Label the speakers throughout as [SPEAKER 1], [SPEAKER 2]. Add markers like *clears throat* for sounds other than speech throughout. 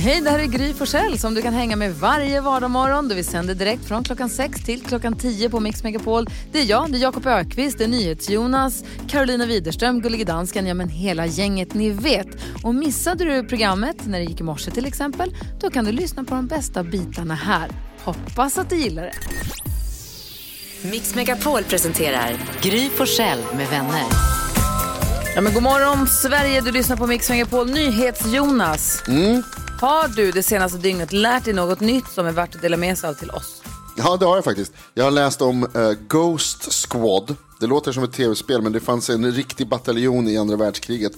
[SPEAKER 1] Hej, det här är Gry Forssell som du kan hänga med varje vardagsmorgon. Vi sänder direkt från klockan 6 till klockan 10 på Mix Megapol. Det är jag, det är Jakob Ökvist, det är NyhetsJonas, Carolina Widerström, Gullige Dansken, ja men hela gänget ni vet. Och missade du programmet när det gick i morse till exempel, då kan du lyssna på de bästa bitarna här. Hoppas att du gillar det.
[SPEAKER 2] Mix Megapol presenterar Gry Forssell med vänner.
[SPEAKER 1] Ja, men god morgon Sverige, du lyssnar på Mix Megapol NyhetsJonas. Har du det senaste dygnet lärt dig något nytt som är värt att dela med sig av till oss?
[SPEAKER 3] Ja, det har jag faktiskt. Jag har läst om eh, Ghost Squad. Det låter som ett tv-spel, men det fanns en riktig bataljon i andra världskriget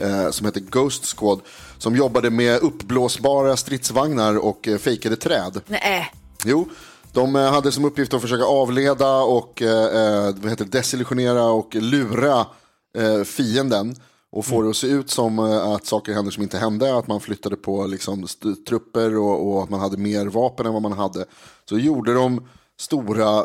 [SPEAKER 3] eh, som hette Ghost Squad, som jobbade med uppblåsbara stridsvagnar och eh, fejkade träd.
[SPEAKER 1] Nej.
[SPEAKER 3] Jo, de eh, hade som uppgift att försöka avleda och eh, eh, vad heter, det, desillusionera och lura eh, fienden och få det att se ut som eh, att saker händer som inte hände, att man flyttade på liksom, st- trupper och, och att man hade mer vapen än vad man hade. Så gjorde de stora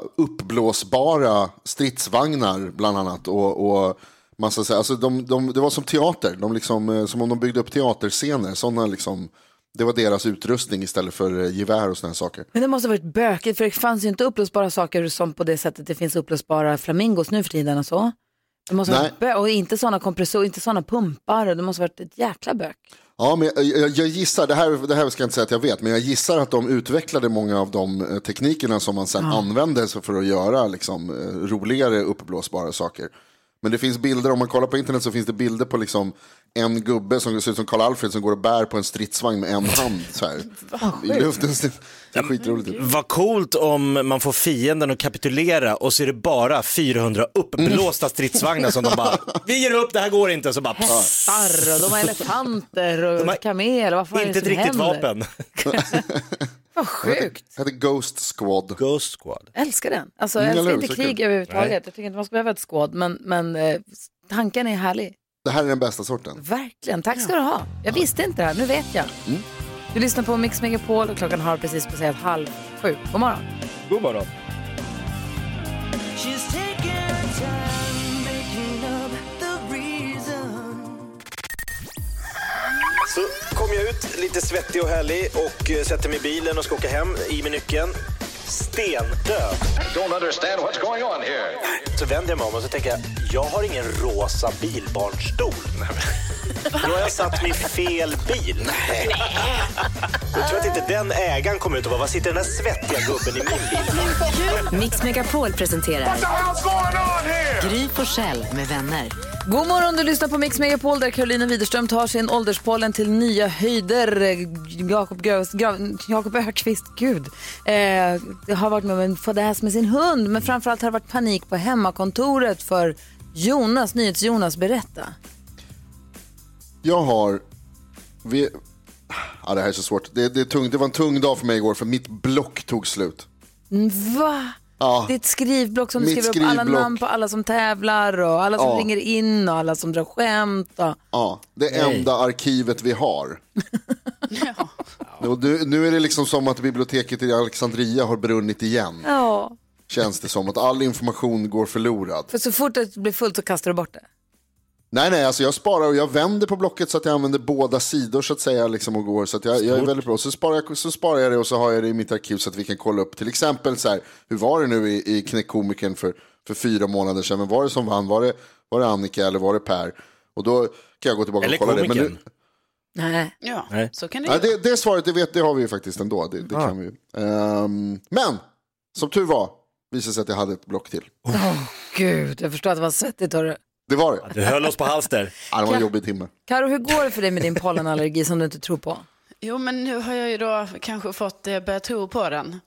[SPEAKER 3] uppblåsbara stridsvagnar bland annat. Och, och massa, så här- alltså, de, de, det var som teater, de liksom, eh, som om de byggde upp teaterscener. Såna, liksom, det var deras utrustning istället för eh, gevär och såna här saker.
[SPEAKER 1] Men det måste ha varit bökigt för det fanns ju inte upplösbara saker som på det sättet det finns upplösbara flamingos nu för tiden och så. Det måste ha varit bö- och inte sådana kompressorer, inte sådana pumpar. och Det måste ha varit ett jäkla bök.
[SPEAKER 3] Ja, men jag, jag, jag gissar, det här, det här ska jag inte säga att jag vet, men jag gissar att de utvecklade många av de eh, teknikerna som man sen använde sig för att göra liksom, eh, roligare uppblåsbara saker. Men det finns bilder, om man kollar på internet så finns det bilder på liksom en gubbe som ser ut som Karl-Alfred som går och bär på en stridsvagn med en hand så här, i luften. Det är skitroligt. ut.
[SPEAKER 4] Vad coolt om man får fienden att kapitulera och så är det bara 400 uppblåsta stridsvagnar som de bara, vi ger upp, det här går inte. Så bara, pss,
[SPEAKER 1] Arr, och de har elefanter *laughs*
[SPEAKER 4] De
[SPEAKER 1] och
[SPEAKER 4] har
[SPEAKER 1] kameler. Vad fan är
[SPEAKER 4] inte
[SPEAKER 1] det
[SPEAKER 4] ett
[SPEAKER 1] som
[SPEAKER 4] riktigt vapen.
[SPEAKER 1] händer? Vad sjukt.
[SPEAKER 3] Det *laughs* heter Ghost Squad.
[SPEAKER 4] Ghost Squad.
[SPEAKER 1] Älskar den. Alltså,
[SPEAKER 3] Mm,
[SPEAKER 1] jag älskar
[SPEAKER 3] eller hur?
[SPEAKER 1] inte
[SPEAKER 3] Så
[SPEAKER 1] krig
[SPEAKER 3] kul.
[SPEAKER 1] överhuvudtaget. Jag tycker inte man ska behöva ett skåd, men, men eh, tanken är härlig.
[SPEAKER 3] Det här är den bästa sorten.
[SPEAKER 1] Verkligen. Tack ska du ha. Jag visste inte det här, nu vet jag. Du lyssnar på Mix Megapol och klockan har precis passerat halv sju. God morgon.
[SPEAKER 4] God morgon.
[SPEAKER 5] Så kom jag ut lite svettig och härlig och eh, sätter mig i bilen och ska åka hem i med nyckeln. Stendöd.
[SPEAKER 6] don't understand what's going on here.
[SPEAKER 5] Så vänder jag mig om och så tänker jag, jag har ingen rosa bilbarnstol. Då har jag satt mig i fel bil. Jag tror att inte den ägaren kom ut och bara, vad sitter den där svettiga gubben i min bil?
[SPEAKER 2] Mix Megapol presenterar Gry Forssell med vänner.
[SPEAKER 1] God morgon, du lyssnar på Mix Megapol där Karolina Widerström tar sin ålderspollen till nya höjder. Eh, Jakob Grös- Gra- Jakob Öqvist, gud, eh, har varit med om en fadäs med sin hund men framförallt har det varit panik på hemmakontoret för Jonas, NyhetsJonas, berätta.
[SPEAKER 3] Jag har... Vi... Ja, det här är så svårt. Det, det, är tungt. det var en tung dag för mig igår för mitt block tog slut. Ah,
[SPEAKER 1] Mm, Va?
[SPEAKER 3] Ja.
[SPEAKER 1] Ditt skrivblock som du
[SPEAKER 3] Mitt
[SPEAKER 1] skriver upp alla
[SPEAKER 3] skrivblock.
[SPEAKER 1] namn på alla som tävlar och alla som
[SPEAKER 3] Ja.
[SPEAKER 1] ringer in och alla som drar skämt. Och...
[SPEAKER 3] Ja, ah, det enda arkivet vi har. Och nu, nu är det liksom som att biblioteket i Alexandria har brunnit igen.
[SPEAKER 1] Ja.
[SPEAKER 3] Känns det som att all information går förlorad.
[SPEAKER 1] För så fort det blir fullt så kastar du bort det.
[SPEAKER 3] Nej, nej, alltså jag sparar och jag vänder på blocket så att jag använder båda sidor så att säga. Liksom, och går, så att jag, jag är väldigt bra. Så sparar, jag, så sparar jag det och så har jag det i mitt arkiv så att vi kan kolla upp till exempel så här, hur var det nu i, i Knäckkomikern för, för fyra månader sedan? Men var det som vann? Var det, var det Annika eller var det Per? Och då kan jag gå tillbaka
[SPEAKER 4] Eller
[SPEAKER 3] och kolla det.
[SPEAKER 4] komikern.
[SPEAKER 1] Nej.
[SPEAKER 7] Ja, så kan det
[SPEAKER 3] Ja,
[SPEAKER 7] ju
[SPEAKER 3] det, det svaret det vet, det har vi ju faktiskt ändå. Det,
[SPEAKER 4] Ah.
[SPEAKER 3] det kan vi. ju. Ehm, men som tur var visade det sig att jag hade ett block till.
[SPEAKER 1] Gud, jag förstår att det var svettigt. hörru.
[SPEAKER 3] Det var det.
[SPEAKER 4] Du höll oss på halster.
[SPEAKER 3] Ja, det var en jobbig timme.
[SPEAKER 1] Karo, hur går det för dig med din pollenallergi som du inte tror på?
[SPEAKER 7] Jo, men nu har jag ju då kanske fått eh, börja tro på den.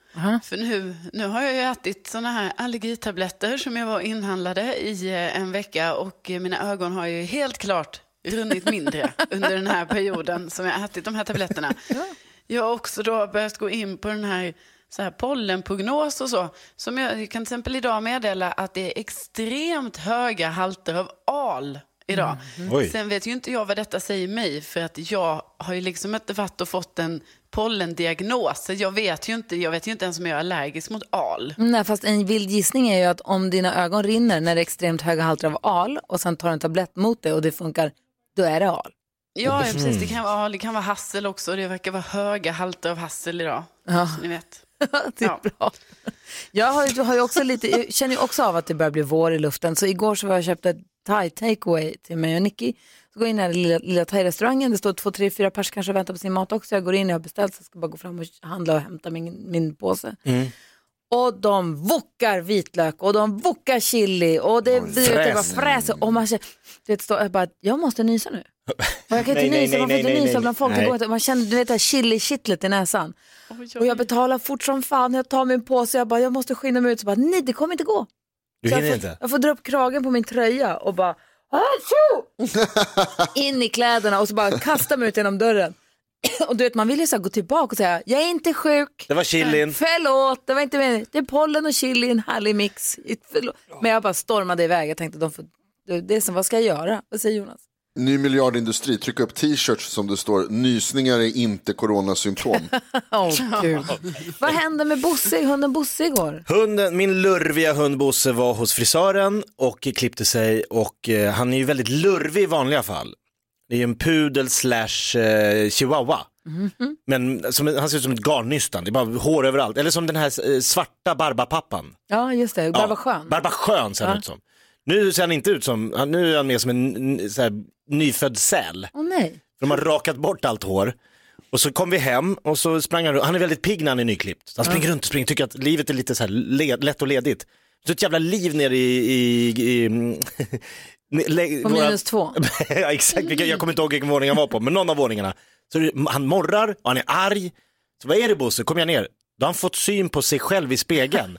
[SPEAKER 7] För nu, nu har jag ju ätit sådana här allergitabletter som jag var och inhandlade i eh, en vecka och eh, mina ögon har ju helt klart runnit mindre under den här perioden som jag har ätit de här tabletterna. Jag har också då börjat gå in på den här så här pollenprognos och så. Som jag jag kan till exempel idag meddela att det är extremt höga halter av al idag.
[SPEAKER 8] Mm. Oj.
[SPEAKER 7] Sen vet ju inte jag vad detta säger mig för att jag har ju liksom inte varit och fått en pollendiagnos. Så Jag vet ju inte, jag vet ju inte ens om jag är allergisk mot al.
[SPEAKER 1] Nej, fast en vild gissning är ju att om dina ögon rinner när det är extremt höga halter av al och sen tar en tablett mot det och det funkar, då är det al.
[SPEAKER 7] Ja, ja, precis. Det kan, vara, det kan vara hassel också. och Det verkar vara höga halter av hassel idag.
[SPEAKER 1] Ja.
[SPEAKER 7] Så ni vet. *laughs*
[SPEAKER 1] det är bra. Jag har, ju- har ju också lite, jag känner ju också av att det börjar bli vår i luften. Så igår så var jag och köpte ett thai takeaway till mig och Nicky. Så går jag in i den här lilla, lilla thai-restaurangen. Det står två, tre, fyra pers kanske och väntar på sin mat också. Jag går in, jag har beställt, så jag ska bara gå fram och handla och hämta min, min påse. Och de vokar vitlök och de vokar chili och det blir det bara
[SPEAKER 9] fräs.
[SPEAKER 1] fräser. Och man känner, du vet, står, jag bara, jag måste nysa nu. Och jag kan
[SPEAKER 9] Nej, nej,
[SPEAKER 1] inte nysa, man får
[SPEAKER 9] nej, nej,
[SPEAKER 1] inte
[SPEAKER 9] nej,
[SPEAKER 1] nysa
[SPEAKER 9] nej.
[SPEAKER 1] bland folk. Det
[SPEAKER 9] Nej.
[SPEAKER 1] går inte. Man känner, du vet det här chili-kittlet i näsan. Och jag betalar fort som fan, jag tar min påse, jag bara, jag måste skynda mig ut. Så bara, nej det kommer inte gå.
[SPEAKER 4] Du
[SPEAKER 1] så jag
[SPEAKER 4] hinner
[SPEAKER 2] *laughs*
[SPEAKER 1] får,
[SPEAKER 4] inte.
[SPEAKER 1] Jag får dra upp kragen på min tröja och bara,
[SPEAKER 9] *laughs*
[SPEAKER 1] "Achoo!" in i kläderna och så bara kasta mig ut genom dörren. *clears throat* Och du vet man vill ju så här gå tillbaka och säga, jag är inte sjuk.
[SPEAKER 4] Det var chilin.
[SPEAKER 1] Förlåt, det var inte meningen. Det är pollen och chili, en härlig mix. Förlåt. Men jag bara stormade iväg, jag tänkte de får, det- det är som, vad ska jag göra? Vad
[SPEAKER 4] *laughs*
[SPEAKER 1] säger Jonas?
[SPEAKER 3] Ny miljardindustri, tryck upp t-shirts som det står nysningar är inte
[SPEAKER 4] *laughs*
[SPEAKER 3] coronasymptom.
[SPEAKER 1] Åh, kul. vad hände med Bosse, hunden Bosse igår?
[SPEAKER 4] Hunden, min lurviga hund Bosse var hos frisören och klippte sig och eh, han är ju väldigt lurvig i vanliga fall. Det är ju en pudel slash eh, chihuahua. Men som, han ser ut som ett garnnystan, det är bara hår överallt. Eller som den här eh, svarta barbapappan.
[SPEAKER 1] Ja, just det, Barbara Schön.
[SPEAKER 4] Barbasjön ser han
[SPEAKER 1] Ja.
[SPEAKER 4] ut som. Nu ser han inte ut som, han- nu är han mer som en n- så här, nyfödd säl.
[SPEAKER 1] Åh nej.
[SPEAKER 4] För de har rakat bort allt hår. Och så kom vi hem och så sprang han runt. Han är väldigt pigg när han är nyklippt. Så Han springer runt och springer, tycker att livet är lite så här led, lätt och ledigt. Så ett jävla liv nere i... i, i *laughs* le-
[SPEAKER 1] På
[SPEAKER 4] våra-
[SPEAKER 1] minus två.
[SPEAKER 4] *laughs* ja, exakt, vilka- jag kommer inte ihåg vilken våning han var på, men någon av våningarna. Så det- han morrar och han är arg. Så vad är det Bosse? Kommer jag ner? Då har han fått syn på sig själv i spegeln.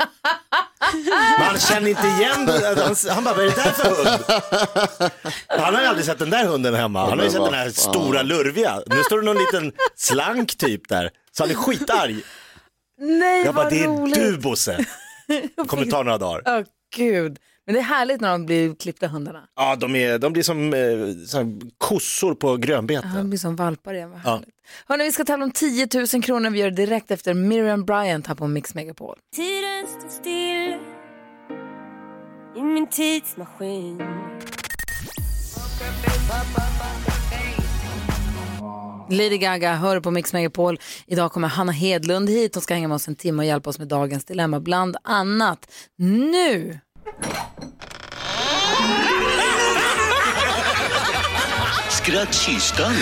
[SPEAKER 4] Men han känner inte igen den. Han, han bara, vad är det där för hund? Han har ju aldrig sett den där hunden hemma. Han har ju
[SPEAKER 3] Men
[SPEAKER 4] sett
[SPEAKER 3] vad
[SPEAKER 4] den här
[SPEAKER 3] fan.
[SPEAKER 4] stora lurviga. Nu står det någon liten slank typ där. Så han är skitarg.
[SPEAKER 1] Nej,
[SPEAKER 4] Jag bara,
[SPEAKER 1] vad
[SPEAKER 4] det är
[SPEAKER 1] roligt.
[SPEAKER 4] du Bosse.
[SPEAKER 1] *laughs*
[SPEAKER 4] Kommer ta några dagar.
[SPEAKER 1] Åh gud. Men det är härligt när de blir klippta hundarna.
[SPEAKER 4] Ja, de, är, de blir som eh, så här, kossor på grönbete.
[SPEAKER 1] De blir som valpar igen. vad
[SPEAKER 4] Ja.
[SPEAKER 1] härligt. Hörrni, vi ska tävla om 10 000 kronor. Vi gör det direkt efter Miriam Bryant här på Mix Megapol.
[SPEAKER 10] Tiden står still i min tidsmaskin.
[SPEAKER 1] Lady Gaga hör på Mix Megapol. Idag kommer Hanna Hedlund hit. Hon ska hänga med oss en timme och hjälpa oss med dagens dilemma. Bland annat nu.
[SPEAKER 11] Skrattkistan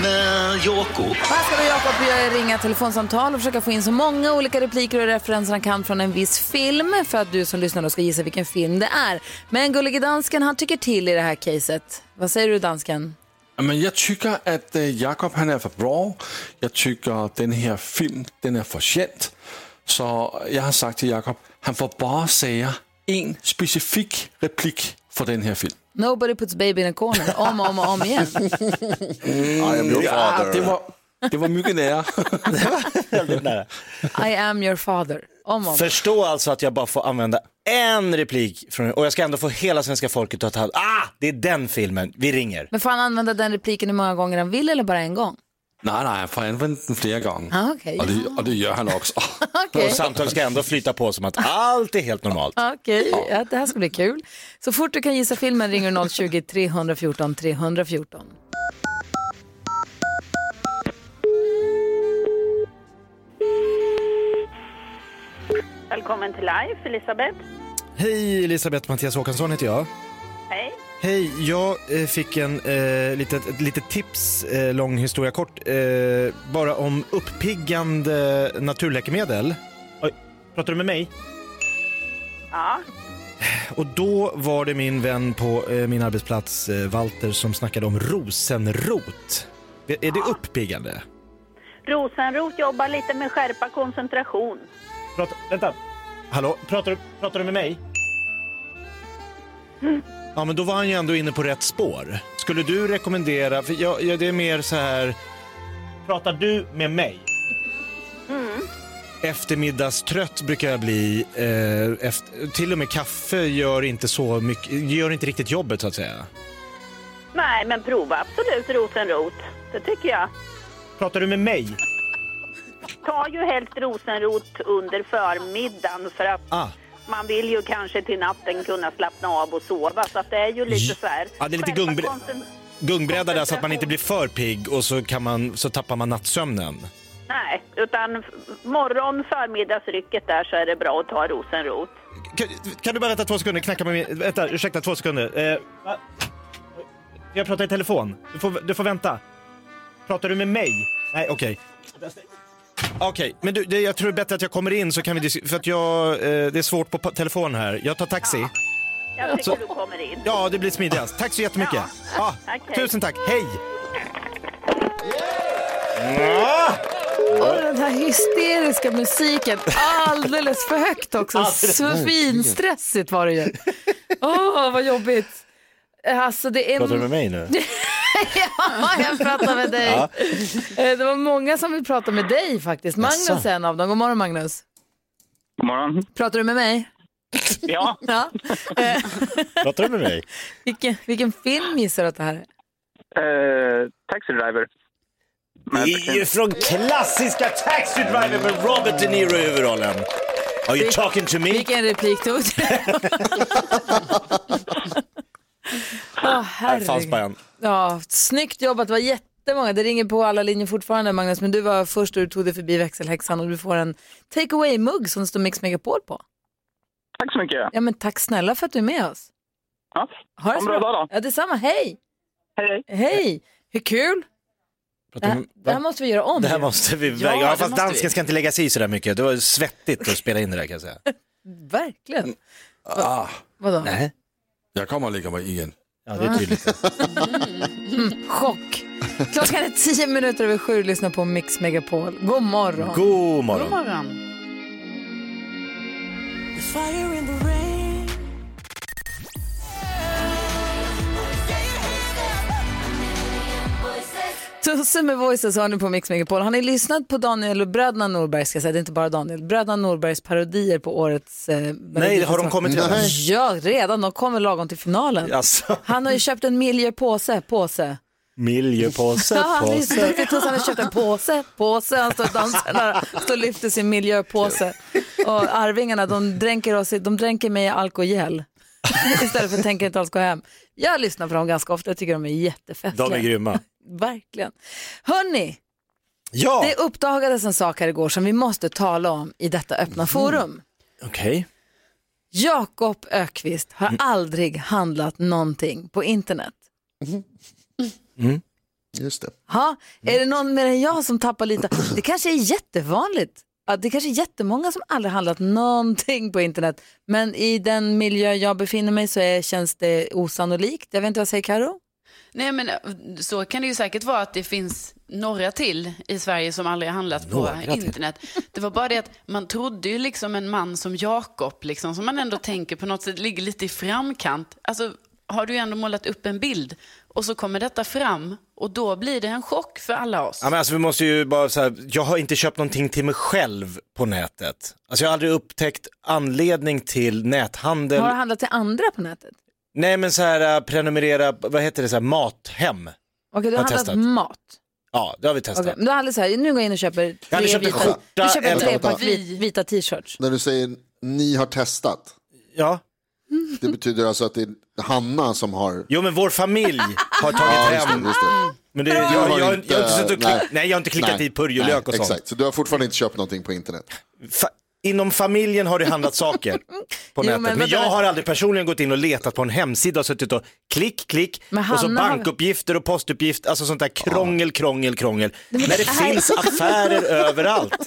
[SPEAKER 11] med Jakob.
[SPEAKER 1] Här ska då Jakob och jag ringa telefonsamtal och försöka få in så många olika repliker och referenser han kan från en viss film för att du som lyssnar då ska gissa vilken film det är. Men gullige dansken, han tycker till i det här caset. Vad säger du dansken?
[SPEAKER 12] Men jag tycker att øh, Jakob han är för bra. Jag tycker att den här film den är förtjänt. Så jag har sagt till Jakob, han får bara säga en specifik replik för den här film.
[SPEAKER 1] Nobody puts baby in a corner, om och om och om igen.
[SPEAKER 12] I
[SPEAKER 3] am your father.
[SPEAKER 12] det, var, det var mycket nära. *laughs*
[SPEAKER 1] I am your father, om och om.
[SPEAKER 4] Förstå alltså att jag bara får använda en replik från, och jag ska ändå få hela svenska folket att ta ah, det är den filmen, vi ringer.
[SPEAKER 1] Men får han använda den repliken hur många gånger han vill eller bara en gång?
[SPEAKER 12] Nej, nej, han får använda den flera gånger.
[SPEAKER 1] Ah, okej.
[SPEAKER 12] och, det, och det gör han också.
[SPEAKER 1] Okej.
[SPEAKER 4] Och samtal ska ändå flyta på som att allt är helt normalt.
[SPEAKER 1] Okej, ja, det här ska bli kul. Så fort du kan gissa filmen ringer du 020-314 314.
[SPEAKER 13] Välkommen till Life, Elisabeth.
[SPEAKER 4] Hej, Elisabeth Mattias Håkansson heter jag.
[SPEAKER 13] Hej.
[SPEAKER 4] Hej, jag eh, fick en eh, litet, ett litet tips, eh, lång historia kort, eh, bara om uppiggande naturläkemedel. Oj, pratar du med mig?
[SPEAKER 13] Ja.
[SPEAKER 4] Och då var det min vän på eh, min arbetsplats, eh, Walter, som snackade om rosenrot. Är är det uppiggande?
[SPEAKER 13] Rosenrot jobbar lite med skärpa koncentration.
[SPEAKER 4] Prata, vänta. Hallå, pratar du, pratar du med mig? Ja, men då var han ju ändå inne på rätt spår. Skulle du rekommendera, för jag, jag, det är mer så här... Pratar du med mig?
[SPEAKER 13] Mm.
[SPEAKER 8] eftermiddagstrött brukar jag bli. Eh, efter, till och med kaffe gör inte så mycket, gör inte riktigt jobbet så att säga.
[SPEAKER 13] Nej, men prova absolut rosenrot. Det tycker jag.
[SPEAKER 8] Pratar du med mig?
[SPEAKER 13] Ta ju helst rosenrot under förmiddagen för att
[SPEAKER 8] Ah.
[SPEAKER 13] man vill ju kanske till natten kunna slappna av och sova. Så att det är ju lite så här.
[SPEAKER 8] Ja, det är lite
[SPEAKER 13] Själva
[SPEAKER 8] gungbre-
[SPEAKER 13] koncent-
[SPEAKER 8] Gungbräda där så att man inte blir för pigg och så, kan man, så tappar man nattsömnen.
[SPEAKER 13] Nej, utan f- morgon, förmiddagsrycket där så är det bra att ta rosenrot.
[SPEAKER 8] Kan, kan du bara vänta två sekunder? Knacka med min... Vänta, ursäkta, två sekunder. Eh, va? jag pratar i telefon. Du får, du får vänta. Pratar du med mig? Nej, okej. Okej, men du, det, jag tror det är bättre att jag kommer in så kan vi dis- För att jag... Eh, det är svårt på pa- telefon här. Jag tar taxi.
[SPEAKER 13] Jag tycker
[SPEAKER 8] Så-
[SPEAKER 13] du kommer in.
[SPEAKER 8] Ja, det blir smidigast. Tack så jättemycket. Ja.
[SPEAKER 13] Okej.
[SPEAKER 8] Tusen tack. Hej!
[SPEAKER 4] Ah!
[SPEAKER 8] Ja.
[SPEAKER 1] Och den här hysteriska musiken, alldeles för högt också.
[SPEAKER 8] Alldeles-
[SPEAKER 1] Så finstressigt var det ju. Åh, vad jobbigt. Alltså, det är...
[SPEAKER 4] Pratar du med mig nu?
[SPEAKER 1] *laughs* ja, jag pratar med dig.
[SPEAKER 4] Ja.
[SPEAKER 1] Eh, Det var många som vill prata med dig faktiskt. Magnus
[SPEAKER 9] Jaså?
[SPEAKER 1] är en av dem. God morgon Magnus.
[SPEAKER 9] God morgon.
[SPEAKER 1] Pratar du med mig?
[SPEAKER 9] Ja.
[SPEAKER 1] ja. Eh,
[SPEAKER 4] Pratar du med mig?
[SPEAKER 1] vilken, vilken film gissar du att det här är?
[SPEAKER 9] Eh, taxi driver.
[SPEAKER 4] Det är ju från klassiska Taxi Driver med Robert De Niro i huvudrollen. Are you talking to me?
[SPEAKER 1] Vilken replik tog du? Åh,
[SPEAKER 4] Här fanns
[SPEAKER 1] herregud.
[SPEAKER 4] bara en.
[SPEAKER 1] Ja, snyggt jobbat, det var jättemånga. Det ringer på alla linjer fortfarande Magnus, men du var först och du tog dig förbi växelhäxan och du får en take away-mugg som det står Mix Megapol på.
[SPEAKER 9] Tack så mycket.
[SPEAKER 1] Ja, men tack snälla för att du är med oss.
[SPEAKER 9] Ja.
[SPEAKER 1] Ha det så
[SPEAKER 9] Ha en bra
[SPEAKER 1] bra.
[SPEAKER 9] dag då.
[SPEAKER 1] Ja, detsamma. Hej!
[SPEAKER 9] Hej!
[SPEAKER 1] Hej! Hur kul! Det här, det här måste vi göra om.
[SPEAKER 4] Det här
[SPEAKER 1] ju.
[SPEAKER 4] måste vi
[SPEAKER 1] Ja,
[SPEAKER 4] väga.
[SPEAKER 1] det
[SPEAKER 4] Ja, fast
[SPEAKER 1] måste
[SPEAKER 4] dansken
[SPEAKER 1] vi.
[SPEAKER 4] ska inte lägga sig i så där mycket. Det var svettigt att spela in det där kan jag säga.
[SPEAKER 1] Verkligen.
[SPEAKER 12] Ah,
[SPEAKER 1] Vadå?
[SPEAKER 4] Nej.
[SPEAKER 12] jag kommer och lägger mig igen.
[SPEAKER 4] Ja,
[SPEAKER 1] det är tydligt. *laughs* Mm, chock. Klockan är tio minuter över sju. Lyssna på Mix Megapol. God morgon.
[SPEAKER 4] God
[SPEAKER 7] God morgon.
[SPEAKER 1] Tusse med Voices har ni på Mix Megapol. Har ni lyssnat på Daniel och bröderna Norberg, ska jag säga, det är inte bara Daniel, bröderna Norbergs parodier på årets... Eh,
[SPEAKER 4] har de kommit redan?
[SPEAKER 1] redan? Ja, redan. De kommer lagom till finalen.
[SPEAKER 4] Alltså.
[SPEAKER 1] Han har ju köpt en miljöpåse, påse.
[SPEAKER 4] Miljöpåse,
[SPEAKER 1] Ja, han är så
[SPEAKER 4] påse.
[SPEAKER 1] duktig. Tusse, han har köpt en påse, påse. Han står och dansar där, står och lyfter sin miljöpåse. Och Arvingarna, de dränker, oss, i- de dränker mig i alkogel. *laughs* Istället för att tänka inte alls gå hem. Jag lyssnar på dem ganska ofta, jag tycker de är jättefestliga.
[SPEAKER 4] De är grymma.
[SPEAKER 1] Verkligen. Hörni,
[SPEAKER 4] Ja.
[SPEAKER 1] det uppdagades en sak här igår som vi måste tala om i detta
[SPEAKER 4] Mm.
[SPEAKER 1] öppna forum.
[SPEAKER 4] Okej.
[SPEAKER 1] Jakob Ökvist har aldrig handlat någonting på internet.
[SPEAKER 4] Mm.
[SPEAKER 3] Just det.
[SPEAKER 1] Ha, är det någon mer än jag som tappar lite? Det kanske är jättevanligt. Ja, det kanske är jättemånga som aldrig handlat någonting på internet. Men i den miljö jag befinner mig så är, känns det osannolikt. Jag vet inte vad jag säger Karo?
[SPEAKER 7] Nej, men eh, så kan det ju säkert vara att det finns några till i Sverige som aldrig har handlat
[SPEAKER 1] Några
[SPEAKER 7] på
[SPEAKER 1] till.
[SPEAKER 7] internet. Det var bara det att man trodde ju liksom en man som Jakob, liksom, som man ändå tänker på något sätt ligger lite i framkant. Alltså, har du ju ändå målat upp en bild och så kommer detta fram och då blir det en chock för alla oss.
[SPEAKER 4] Ja, men alltså, vi måste ju bara så här, jag har inte köpt någonting till mig själv på nätet. Alltså, jag har aldrig upptäckt anledning till näthandel.
[SPEAKER 1] Har du handlat till andra på nätet?
[SPEAKER 4] Nej men så här, äh, prenumerera, vad heter det, så här, mathem. Jag
[SPEAKER 1] Okej, du har
[SPEAKER 4] har
[SPEAKER 1] handlat
[SPEAKER 4] testat.
[SPEAKER 1] mat.
[SPEAKER 4] Ja, det har vi testat.
[SPEAKER 1] Okej, mm. Men du har aldrig så här, nu går jag in och köper
[SPEAKER 4] Jag hade
[SPEAKER 1] tre
[SPEAKER 4] köpt en
[SPEAKER 1] vita,
[SPEAKER 4] skjorta
[SPEAKER 1] du köper
[SPEAKER 4] eller-
[SPEAKER 1] tre par vit, vita t-shirts.
[SPEAKER 3] När du säger ni har testat.
[SPEAKER 4] Ja.
[SPEAKER 3] Det betyder alltså att det är Hanna som har.
[SPEAKER 4] Jo men vår familj har
[SPEAKER 3] Ja,
[SPEAKER 4] tagit
[SPEAKER 3] just det,
[SPEAKER 4] hem.
[SPEAKER 3] just det.
[SPEAKER 4] Men det,
[SPEAKER 3] Du
[SPEAKER 4] jag,
[SPEAKER 3] har
[SPEAKER 4] jag, jag, har
[SPEAKER 3] inte-
[SPEAKER 4] inte suttit och klick,
[SPEAKER 3] nej.
[SPEAKER 4] nej. jag har inte klickat
[SPEAKER 3] Nej,
[SPEAKER 4] i purjolök och
[SPEAKER 3] nej,
[SPEAKER 4] sånt.
[SPEAKER 3] Exakt, så du har fortfarande inte köpt någonting på internet.
[SPEAKER 4] Fa- inom familjen har det handlat
[SPEAKER 1] *laughs*
[SPEAKER 4] saker på
[SPEAKER 3] Jo,
[SPEAKER 4] nätet.
[SPEAKER 3] men
[SPEAKER 4] Men,
[SPEAKER 3] vänta,
[SPEAKER 4] jag
[SPEAKER 3] vänta.
[SPEAKER 4] har aldrig personligen gått in och letat på en hemsida och suttit och klick, klick
[SPEAKER 1] Men
[SPEAKER 4] och så
[SPEAKER 1] Hanna har-
[SPEAKER 4] bankuppgifter och postuppgifter, alltså sånt där krångel, krångel, krångel.
[SPEAKER 1] Nej, men
[SPEAKER 4] När
[SPEAKER 1] det
[SPEAKER 4] det
[SPEAKER 1] här-
[SPEAKER 4] finns
[SPEAKER 1] *laughs*
[SPEAKER 4] affärer överallt.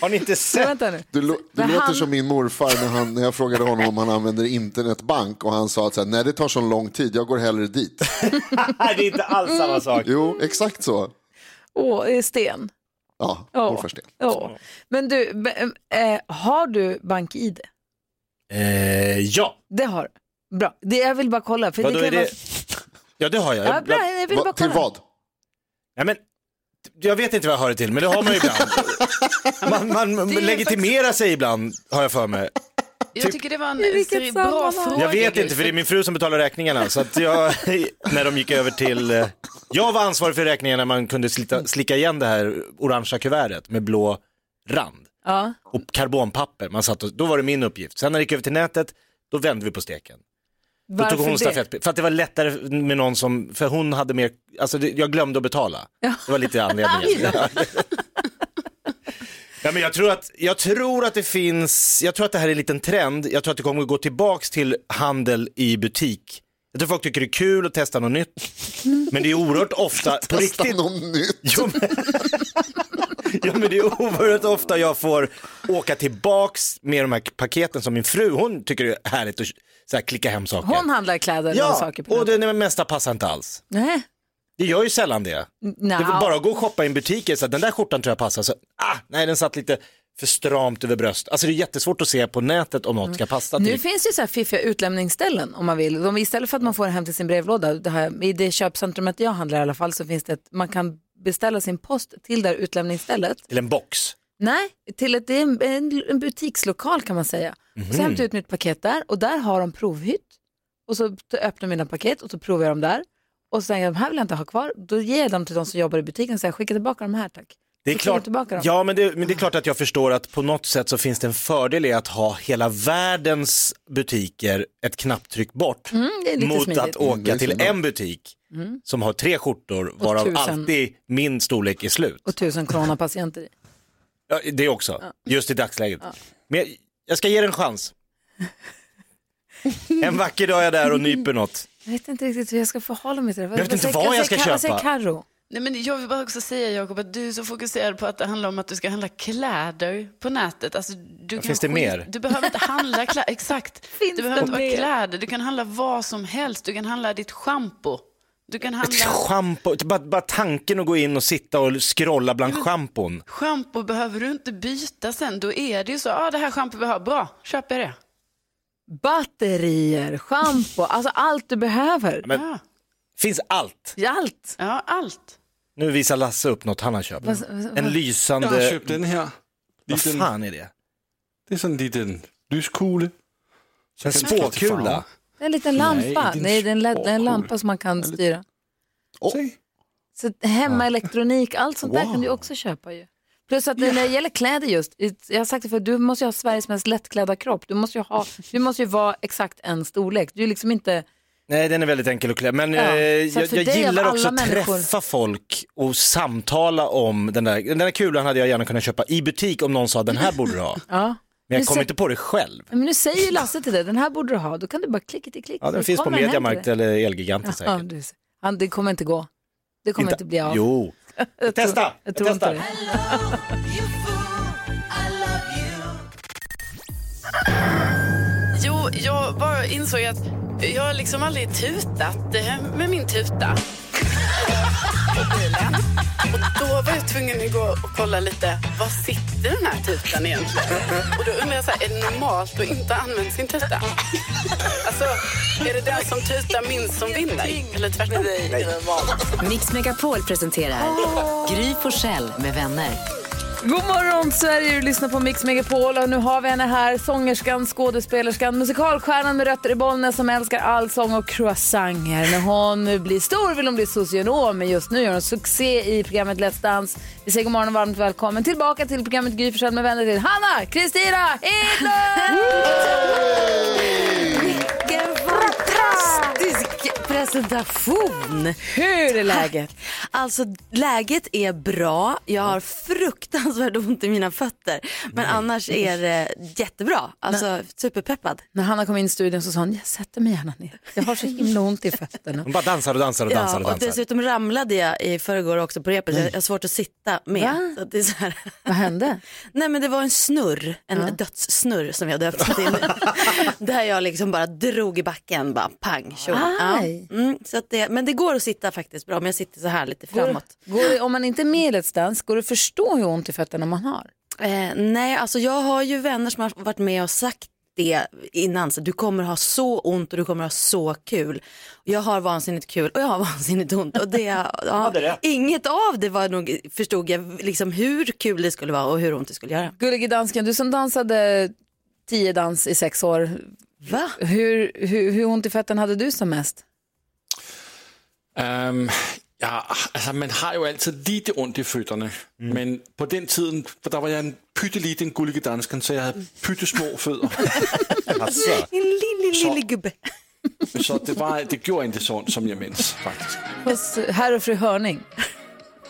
[SPEAKER 4] Har ni inte sett?
[SPEAKER 1] Vänta nu.
[SPEAKER 3] Du, lo- du
[SPEAKER 1] Men
[SPEAKER 3] låter
[SPEAKER 1] han-
[SPEAKER 3] som min morfar när, han, när jag frågade honom om han använder internetbank och han sa att så här, nej det tar så lång tid, jag går hellre dit.
[SPEAKER 4] Nej, det är inte alls
[SPEAKER 1] Mm.
[SPEAKER 4] samma sak.
[SPEAKER 3] Jo, exakt så.
[SPEAKER 1] Åh, det är sten.
[SPEAKER 3] Ja,
[SPEAKER 1] Åh.
[SPEAKER 3] morfars del.
[SPEAKER 1] Åh. Men du, be- eh, har du bank-id?
[SPEAKER 4] Eh, ja,
[SPEAKER 1] Det har du. Bra, det, jag vill bara kolla. För
[SPEAKER 4] vadå
[SPEAKER 1] det
[SPEAKER 4] är
[SPEAKER 1] kan
[SPEAKER 4] det?
[SPEAKER 1] vara...
[SPEAKER 4] Ja det har jag.
[SPEAKER 1] Ja, bra, jag vill bara kolla.
[SPEAKER 4] Nej men, jag vet inte vad jag hör det till, men det har man ju ibland. Man, man
[SPEAKER 7] Det är ju
[SPEAKER 4] legitimerar sig ibland, har jag för mig.
[SPEAKER 7] Jag tycker det var en ser- bra fråga.
[SPEAKER 4] typ- Jag vet inte, för det är min fru som betalar räkningarna. Så att jag, *laughs* när de gick över till... eh, Jag var ansvarig för räkningarna när man kunde slita, slicka igen det här orangea kuvertet med blå rand
[SPEAKER 1] Ja.
[SPEAKER 4] och karbonpapper. Man satt och, då var det min uppgift. Sen när det gick över till nätet, då vände vi på steken.
[SPEAKER 1] Varför
[SPEAKER 4] då tog hon
[SPEAKER 1] det?
[SPEAKER 4] stafettpinnen. För att det var lättare med någon som, för hon hade mer, alltså det, jag glömde att betala. Det var lite *laughs* anledningen. Ja, men jag, tror att, jag tror att det finns, jag tror att det här är en liten trend, jag tror att det kommer att gå tillbaks till handel i butik. Jag tror folk tycker det är kul att testa något nytt, men det är oerhört ofta, på riktigt. *laughs* Testa
[SPEAKER 3] något nytt?
[SPEAKER 4] Jo, men, ja, men det är oerhört ofta jag får åka tillbaks med de här paketen som min fru, hon tycker det är härligt att så här, klicka hem saker.
[SPEAKER 1] Hon handlar kläder och
[SPEAKER 4] ja,
[SPEAKER 1] saker. På.
[SPEAKER 4] och det nej, men mesta passar inte alls.
[SPEAKER 1] Nej.
[SPEAKER 4] Det gör ju sällan det.
[SPEAKER 1] Nja.
[SPEAKER 4] Det är bara att gå och shoppa i en butik, så att den där skjortan tror jag passar. Så, ah, nej, den satt lite för stramt över bröst. Alltså det är jättesvårt att se på nätet om något ska passa
[SPEAKER 1] Nu
[SPEAKER 4] till.
[SPEAKER 1] finns ju så här fiffiga utlämningsställen om man vill. De, istället för att man får det hem till sin brevlåda, det här, i det köpcentrumet jag handlar i alla fall så finns det ett, man kan beställa sin post till det här utlämningsstället.
[SPEAKER 4] Till en box.
[SPEAKER 1] Nej, till ett, det är en, en, en butikslokal kan man säga. Och så
[SPEAKER 4] Mhm.
[SPEAKER 1] hämtar jag ut mitt paket där och där har de provhytt. Och så t- öppnar jag mina paket och så provar jag dem där. Och så säger jag, de här vill jag inte ha kvar. Då ger jag dem till de som jobbar i butiken och säger, skicka tillbaka de här tack.
[SPEAKER 4] Det är,
[SPEAKER 1] Så får du
[SPEAKER 4] klart,
[SPEAKER 1] tillbaka dem. Ah.
[SPEAKER 4] ja, men det, men det är klart att jag förstår att på något sätt så finns det en fördel i att ha hela världens butiker ett knapptryck bort
[SPEAKER 1] Mm, det är lite
[SPEAKER 4] mot
[SPEAKER 1] smidigt.
[SPEAKER 4] att
[SPEAKER 1] Mm, det
[SPEAKER 4] åka
[SPEAKER 1] är
[SPEAKER 4] till
[SPEAKER 1] smidigt.
[SPEAKER 4] en butik
[SPEAKER 1] Mm.
[SPEAKER 4] som har tre skjortor varav
[SPEAKER 1] tusen.
[SPEAKER 4] alltid min storlek är slut.
[SPEAKER 1] Och tusen coronapatienter i.
[SPEAKER 4] Ja, det också, just i dagsläget. Men jag, jag ska ge det en chans. En vacker dag är jag där och nyper något.
[SPEAKER 1] Jag vet inte riktigt hur jag ska förhålla mig till det.
[SPEAKER 4] Jag vet inte vad jag ska köpa.
[SPEAKER 1] Karo.
[SPEAKER 7] Nej, men jag vill bara också säga Jakob att du är så fokuserad på att det handlar om att du ska handla kläder på nätet. Alltså, du kan
[SPEAKER 4] finns det
[SPEAKER 7] skit-
[SPEAKER 4] mer?
[SPEAKER 7] Du behöver inte handla
[SPEAKER 1] *laughs*
[SPEAKER 7] kläder, exakt. du behöver
[SPEAKER 4] det
[SPEAKER 7] inte vara
[SPEAKER 4] mer?
[SPEAKER 7] kläder, du kan handla vad som helst. Du kan handla ditt schampo. Du kan
[SPEAKER 4] Ett
[SPEAKER 7] handla...
[SPEAKER 4] schampo, bara, bara tanken att gå in och sitta och scrolla bland schampon.
[SPEAKER 7] Schampo behöver du inte byta sen. Då är det ju så, ja ah, det här schampo vi har, bra, köper jag det.
[SPEAKER 1] Batterier, schampo, alltså allt du behöver.
[SPEAKER 4] Men finns allt.
[SPEAKER 1] Allt.
[SPEAKER 7] Ja, allt.
[SPEAKER 4] Nu visar Lasse upp något han har köpt.
[SPEAKER 1] Vad- vad-
[SPEAKER 4] En
[SPEAKER 1] vad-
[SPEAKER 4] lysande...
[SPEAKER 12] Jag har köpt den här.
[SPEAKER 4] Vad
[SPEAKER 12] Liten-
[SPEAKER 4] fan är det?
[SPEAKER 12] Det är sådan en liten lyskule. Så
[SPEAKER 4] En
[SPEAKER 12] kan du skifte
[SPEAKER 4] spåkula?
[SPEAKER 12] farve.
[SPEAKER 1] Det är en liten
[SPEAKER 12] Nej,
[SPEAKER 1] lampa.
[SPEAKER 12] din
[SPEAKER 1] Nej, det är en, led- det är en lampa som man kan styra. Så att hemmaelektronik, allt sånt där kan du också köpa ju. Plus att när det gäller kläder just, jag har sagt det för du måste ju ha Sveriges mest lättklädda kropp. Du måste ju, ha, du måste ju vara exakt en storlek. Du är liksom inte,
[SPEAKER 4] Nej, den är väldigt enkel att klä. Men
[SPEAKER 1] Ja,
[SPEAKER 4] eh,
[SPEAKER 1] så att
[SPEAKER 4] jag,
[SPEAKER 1] för
[SPEAKER 4] jag
[SPEAKER 1] dig av
[SPEAKER 4] gillar också att
[SPEAKER 1] alla människor-
[SPEAKER 4] träffa folk och samtala om den där. Den där kulan hade jag gärna kunnat köpa i butik om någon sa den här borde du ha.
[SPEAKER 1] ja.
[SPEAKER 4] Men
[SPEAKER 1] Nu
[SPEAKER 4] jag kom
[SPEAKER 1] sä-
[SPEAKER 4] inte på det själv.
[SPEAKER 1] Men nu säger ju Lasse till dig, den här borde du ha. Då kan du bara klicka till klick.
[SPEAKER 4] Ja, den
[SPEAKER 1] Så
[SPEAKER 4] finns på
[SPEAKER 1] kommer hem till
[SPEAKER 4] Mediamarkt
[SPEAKER 1] dig.
[SPEAKER 4] eller Elgiganten
[SPEAKER 1] Ja,
[SPEAKER 4] säkert.
[SPEAKER 1] du ser. Han, det kommer inte gå. Det kommer inte, bli av.
[SPEAKER 4] Jo.
[SPEAKER 1] *laughs* Jag tror-
[SPEAKER 4] Testa!
[SPEAKER 1] Jag tror inte
[SPEAKER 4] testar.
[SPEAKER 1] det.
[SPEAKER 7] Jo, jag bara insåg att jag har liksom aldrig tutat eh, med min tuta på bilen. Och då var jag tvungen att gå och kolla lite, var sitter den här tutan egentligen? Och då undrar jag så här, är det normalt att inte använda sin tuta? Alltså, är det den som tutar minst som vinner? Eller tvärtom? Nej.
[SPEAKER 2] Mix Megapol presenterar Gry Forssell med vänner.
[SPEAKER 1] God morgon Sverige, du lyssnar på Mix Megapol och nu har vi henne här, sångerskan, skådespelerskan, musikalstjärnan med rötter i Bollnäs som älskar allsång och croissanter. När hon blir stor vill hon bli socionom, men just nu gör hon succé i programmet Let's Dance. Vi säger god morgon och varmt välkommen tillbaka till programmet Gry Forssell med vänner till Hanna, Kristina, Hedlund! Vilken fantastisk
[SPEAKER 14] presentation. Hur är läget? Alltså läget är bra. Jag har fruktansvärt ont i mina fötter. Men annars är det jättebra. Alltså superpeppad.
[SPEAKER 1] När Hanna kom in i studion så sa hon, jag sätter mig gärna ner. Jag har så himla ont i fötterna.
[SPEAKER 4] Hon bara dansar och dansar och
[SPEAKER 14] Ja,
[SPEAKER 4] dansar och
[SPEAKER 14] och
[SPEAKER 4] dansar.
[SPEAKER 14] dessutom ramlade jag i förrgår också på repet. Jag jag har svårt att sitta
[SPEAKER 1] Va?
[SPEAKER 14] med. Så att det är så här.
[SPEAKER 1] Vad hände?
[SPEAKER 14] *laughs* Nej men det var en snurr, en dödssnurr som jag döpte
[SPEAKER 1] *laughs*
[SPEAKER 14] till. där jag liksom bara drog i backen, bara pang tjo. Ja.
[SPEAKER 1] Aj.
[SPEAKER 14] Mm, så att det, men det går att sitta faktiskt bra, men jag sitter så här lite framåt.
[SPEAKER 1] Går, går, om man inte är med i Let's Dance, går det att förstå hur ont i fötterna man har?
[SPEAKER 14] Eh, nej, alltså jag har ju vänner som har varit med och sagt det innan. Så du kommer ha så ont och du kommer ha så kul. Jag har vansinnigt kul och jag har *laughs* vansinnigt ont. Och det, ja,
[SPEAKER 7] hade rätt.
[SPEAKER 14] inget av det var nog, förstod jag liksom hur kul det skulle vara och hur ont det skulle göra.
[SPEAKER 1] Gullige dansken, du som dansade tio dans i sex år.
[SPEAKER 14] Va?
[SPEAKER 1] Hur, hur, hur ont i fötterna hade du som mest?
[SPEAKER 12] Øhm, ja, altså man har jo altid lite ondt i fødderne, men på den tiden, for der var jeg en pytteliten gullige dansken, så jeg havde pyttesmå fødder. *laughs* altså,
[SPEAKER 14] En lille, lille gubbe.
[SPEAKER 12] så det, var, det gjorde ikke så ondt, som jeg mindes, faktisk.
[SPEAKER 1] Hos herr och fru Hörning.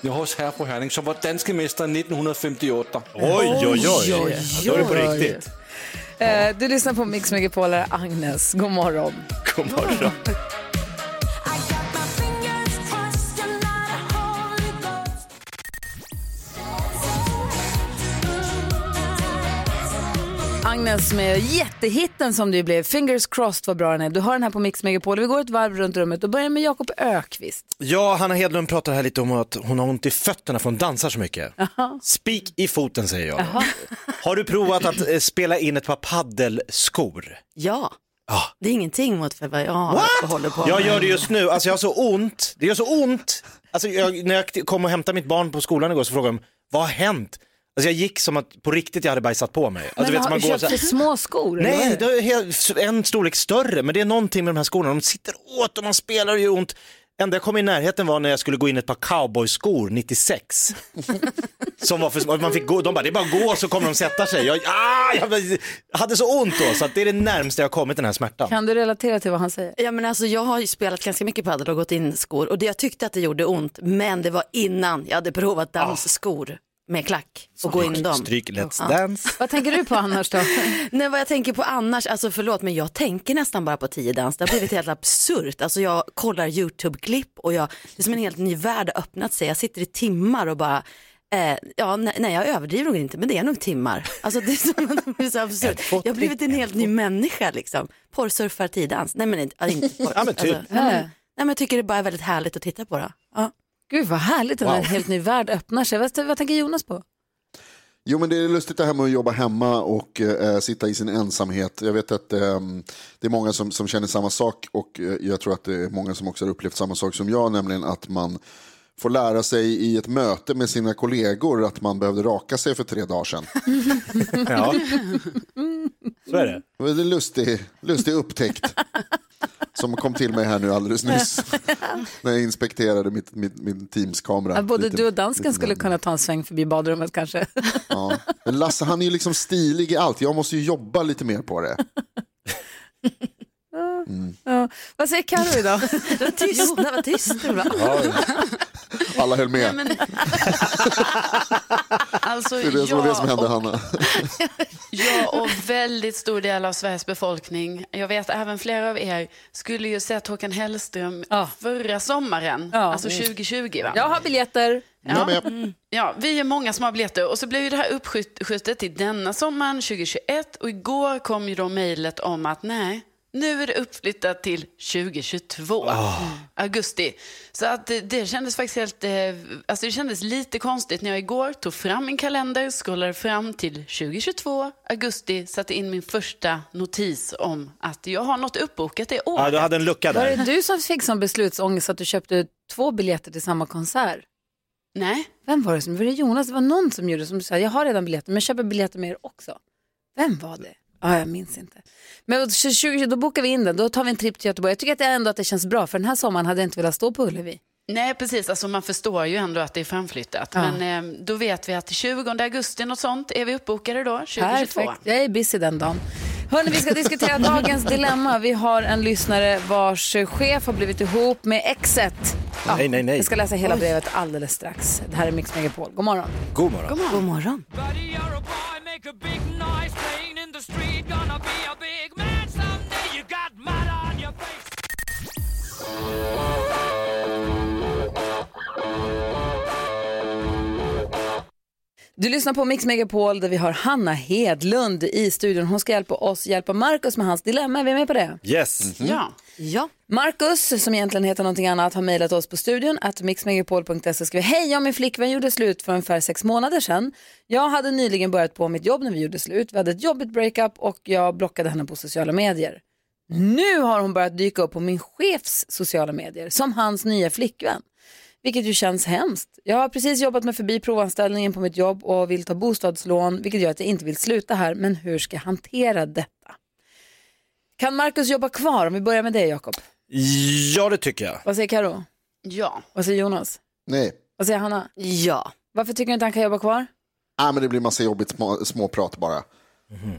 [SPEAKER 12] Jeg var hos herre på Herning, som var danske mester 1958.
[SPEAKER 1] Oj, oj, oj. Oj, oj,
[SPEAKER 12] Så er det på
[SPEAKER 1] oj.
[SPEAKER 12] rigtigt.
[SPEAKER 1] Eh, du lyssnar på Mix Megapolare, Agnes. God morgon.
[SPEAKER 12] God morgon.
[SPEAKER 1] Agnes med jättehitten som det blev. Fingers crossed vad bra den är. Du har den här på Mix Megapol. Vi går ett varv runt rummet och börjar med Jakob Ökvist.
[SPEAKER 4] Ja, Hanna Hedlund pratar här lite om att hon har ont i fötterna för hon dansar så mycket. Spik i foten säger jag. Har du provat att eh, spela in ett par paddelskor?
[SPEAKER 14] Ja. Det är ingenting mot för vad jag håller på
[SPEAKER 4] Jag gör det just nu, alltså jag har så ont, det gör så ont. Alltså jag, när jag kom och hämtade mitt barn på skolan igår så frågade de, vad har hänt? Alltså jag gick som att på riktigt jag hade bajsat på mig. Alltså,
[SPEAKER 1] Men
[SPEAKER 4] du
[SPEAKER 1] har
[SPEAKER 4] man
[SPEAKER 1] du
[SPEAKER 4] går
[SPEAKER 1] köpt
[SPEAKER 4] så här-
[SPEAKER 1] för små skor? eller vad är
[SPEAKER 4] Nej,
[SPEAKER 1] det?
[SPEAKER 4] det är helt- en storlek större, men det är någonting med de här skorna, de sitter åt och man spelar och gör ont. Enda jag kom i närheten var när jag skulle gå in i ett par cowboyskor
[SPEAKER 1] *laughs*
[SPEAKER 4] 96. Som var för små. man fick gå, de bara, det är bara att gå så kommer de sätta sig. Jag, ah, jag hade så ont då, så att det är det närmaste jag har kommit den här smärtan.
[SPEAKER 1] Kan du relatera till vad han säger?
[SPEAKER 14] Ja, men alltså, jag har ju spelat ganska mycket padel och gått in i skor och det, jag tyckte att det gjorde ont men det var innan jag hade provat dansskor med klack och gå in i dem.
[SPEAKER 4] Stryk Let's
[SPEAKER 14] Ja.
[SPEAKER 4] Dance.
[SPEAKER 1] Vad tänker du på annars då?
[SPEAKER 14] *laughs* Nej, vad jag tänker på annars, alltså förlåt men jag tänker nästan bara på tio dans. Det har blivit helt absurt. Alltså jag kollar YouTube-klipp och jag, det är som en helt ny värld har öppnat sig. Jag sitter i timmar och bara, eh, ja nej, nej jag överdriver nog inte men det är nog timmar. Alltså det är, som, det är så absurt. Jag har blivit en helt ny människa liksom. Porrsurfar tiodans. Nej men inte, ja, inte porr.
[SPEAKER 1] *laughs* Ja, men typ.
[SPEAKER 14] Alltså, nej, men- nej men jag tycker det bara är väldigt härligt att titta på det. Ja.
[SPEAKER 1] Gud vad härligt, wow. en
[SPEAKER 3] Wow.
[SPEAKER 1] helt ny värld öppnar sig. Vad, vad tänker Jonas på?
[SPEAKER 3] Jo men det är lustigt det här med att jobba hemma och eh, sitta i sin ensamhet. Jag vet att eh, det är många som, som känner samma sak och eh, jag tror att det är många som också har upplevt samma sak som jag, nämligen att man får lära sig i ett möte med sina kollegor att man behövde raka sig för tre dagar sedan.
[SPEAKER 4] Ja. Så är det.
[SPEAKER 3] Det var en lustig, lustig upptäckt som kom till mig här nu alldeles
[SPEAKER 1] *laughs*
[SPEAKER 3] nyss när jag inspekterade mitt, mitt, min Teams-kamera.
[SPEAKER 1] Att både
[SPEAKER 3] lite-
[SPEAKER 1] du och dansken
[SPEAKER 3] lite
[SPEAKER 1] skulle kunna ta en sväng förbi badrummet kanske.
[SPEAKER 3] Ja. Men Lasse han är ju liksom stilig i allt, jag måste ju jobba lite mer på det. Mm.
[SPEAKER 1] Ja. Vad säger Carro idag?
[SPEAKER 14] *laughs* Det var tyst, det var tyst. Det var.
[SPEAKER 3] Ja, Alla höll med.
[SPEAKER 7] Alltså,
[SPEAKER 3] det är det som, var det som
[SPEAKER 7] jag
[SPEAKER 3] hände Hanna. *laughs*
[SPEAKER 7] Jag och väldigt stor del av Sveriges befolkning, jag vet även flera av er, skulle ju sett Håkan Hellström förra sommaren, alltså 2020. Va?
[SPEAKER 1] Jag har biljetter.
[SPEAKER 7] Ja. Mm. ja, vi är många som har biljetter och så blev ju det här uppskjutet till denna sommaren 2021 och igår kom ju då mejlet om att nej, nu är det uppflyttat till 2022,
[SPEAKER 15] Ah.
[SPEAKER 7] augusti. Så att det, det kändes faktiskt helt, eh, alltså det kändes lite konstigt när jag igår tog fram min kalender, scrollade fram till 2022, augusti, satte in min första notis om att jag har något uppbokat det året.
[SPEAKER 4] Ja, du hade en lucka
[SPEAKER 1] Var
[SPEAKER 4] där.
[SPEAKER 1] det du som fick som beslutsångest att du köpte två biljetter till samma konsert?
[SPEAKER 7] Nej.
[SPEAKER 1] Vem var det som, var det Jonas? Det var någon som gjorde det som sa, jag har redan biljetter men jag köper biljetter med er också. Vem var det? Ja, jag minns inte. Men 2020, då bokar vi in den, då tar vi en tripp till Göteborg. Jag tycker att det ändå att det känns bra för den här sommaren hade jag inte velat stå på Ullevi.
[SPEAKER 7] Nej, precis. Alltså, man förstår ju ändå att det är framflyttat.
[SPEAKER 1] Ja.
[SPEAKER 7] Men eh, då vet vi att 20 augusti, något sånt, är vi uppbokade då, 2022.
[SPEAKER 1] Perfekt, jag är busy den dagen. Hörni, vi
[SPEAKER 4] *laughs*
[SPEAKER 1] ska diskutera dagens dilemma. Vi har en lyssnare vars chef har blivit ihop med exet. Ja,
[SPEAKER 4] Nej, nej, nej.
[SPEAKER 1] Jag ska läsa hela
[SPEAKER 4] Oj.
[SPEAKER 1] brevet alldeles strax. Det här är Mix Megapol. God morgon.
[SPEAKER 4] God morgon.
[SPEAKER 14] God morgon.
[SPEAKER 1] Du lyssnar på Mix Megapol där vi har Hanna Hedlund i studion. Hon ska hjälpa oss hjälpa Markus med hans dilemma. Är vi med på det?
[SPEAKER 4] Yes.
[SPEAKER 1] Mm-hmm. Ja. ja. Marcus, som egentligen heter någonting annat, har mejlat oss på studion att mixmegapol.se skrev Hej, jag och min flickvän gjorde slut för ungefär sex månader sedan. Jag hade nyligen börjat på mitt jobb när vi gjorde slut. Vi hade ett jobbigt breakup och jag blockade henne på sociala medier. Nu har hon börjat dyka upp på min chefs sociala medier som hans nya flickvän. Vilket ju känns hemskt. Jag har precis jobbat mig förbi provanställningen på mitt jobb och vill ta bostadslån vilket gör att jag inte vill sluta här. Men hur ska jag hantera detta? Kan Markus jobba kvar? Om vi börjar med dig Jakob.
[SPEAKER 4] Ja, det tycker jag.
[SPEAKER 1] Vad säger Karo? Ja. Vad säger Jonas?
[SPEAKER 3] Nej.
[SPEAKER 1] Vad säger Hanna?
[SPEAKER 14] Ja.
[SPEAKER 1] Varför tycker du inte han kan jobba kvar?
[SPEAKER 3] Nej, men det blir massa jobbigt små, småprat bara.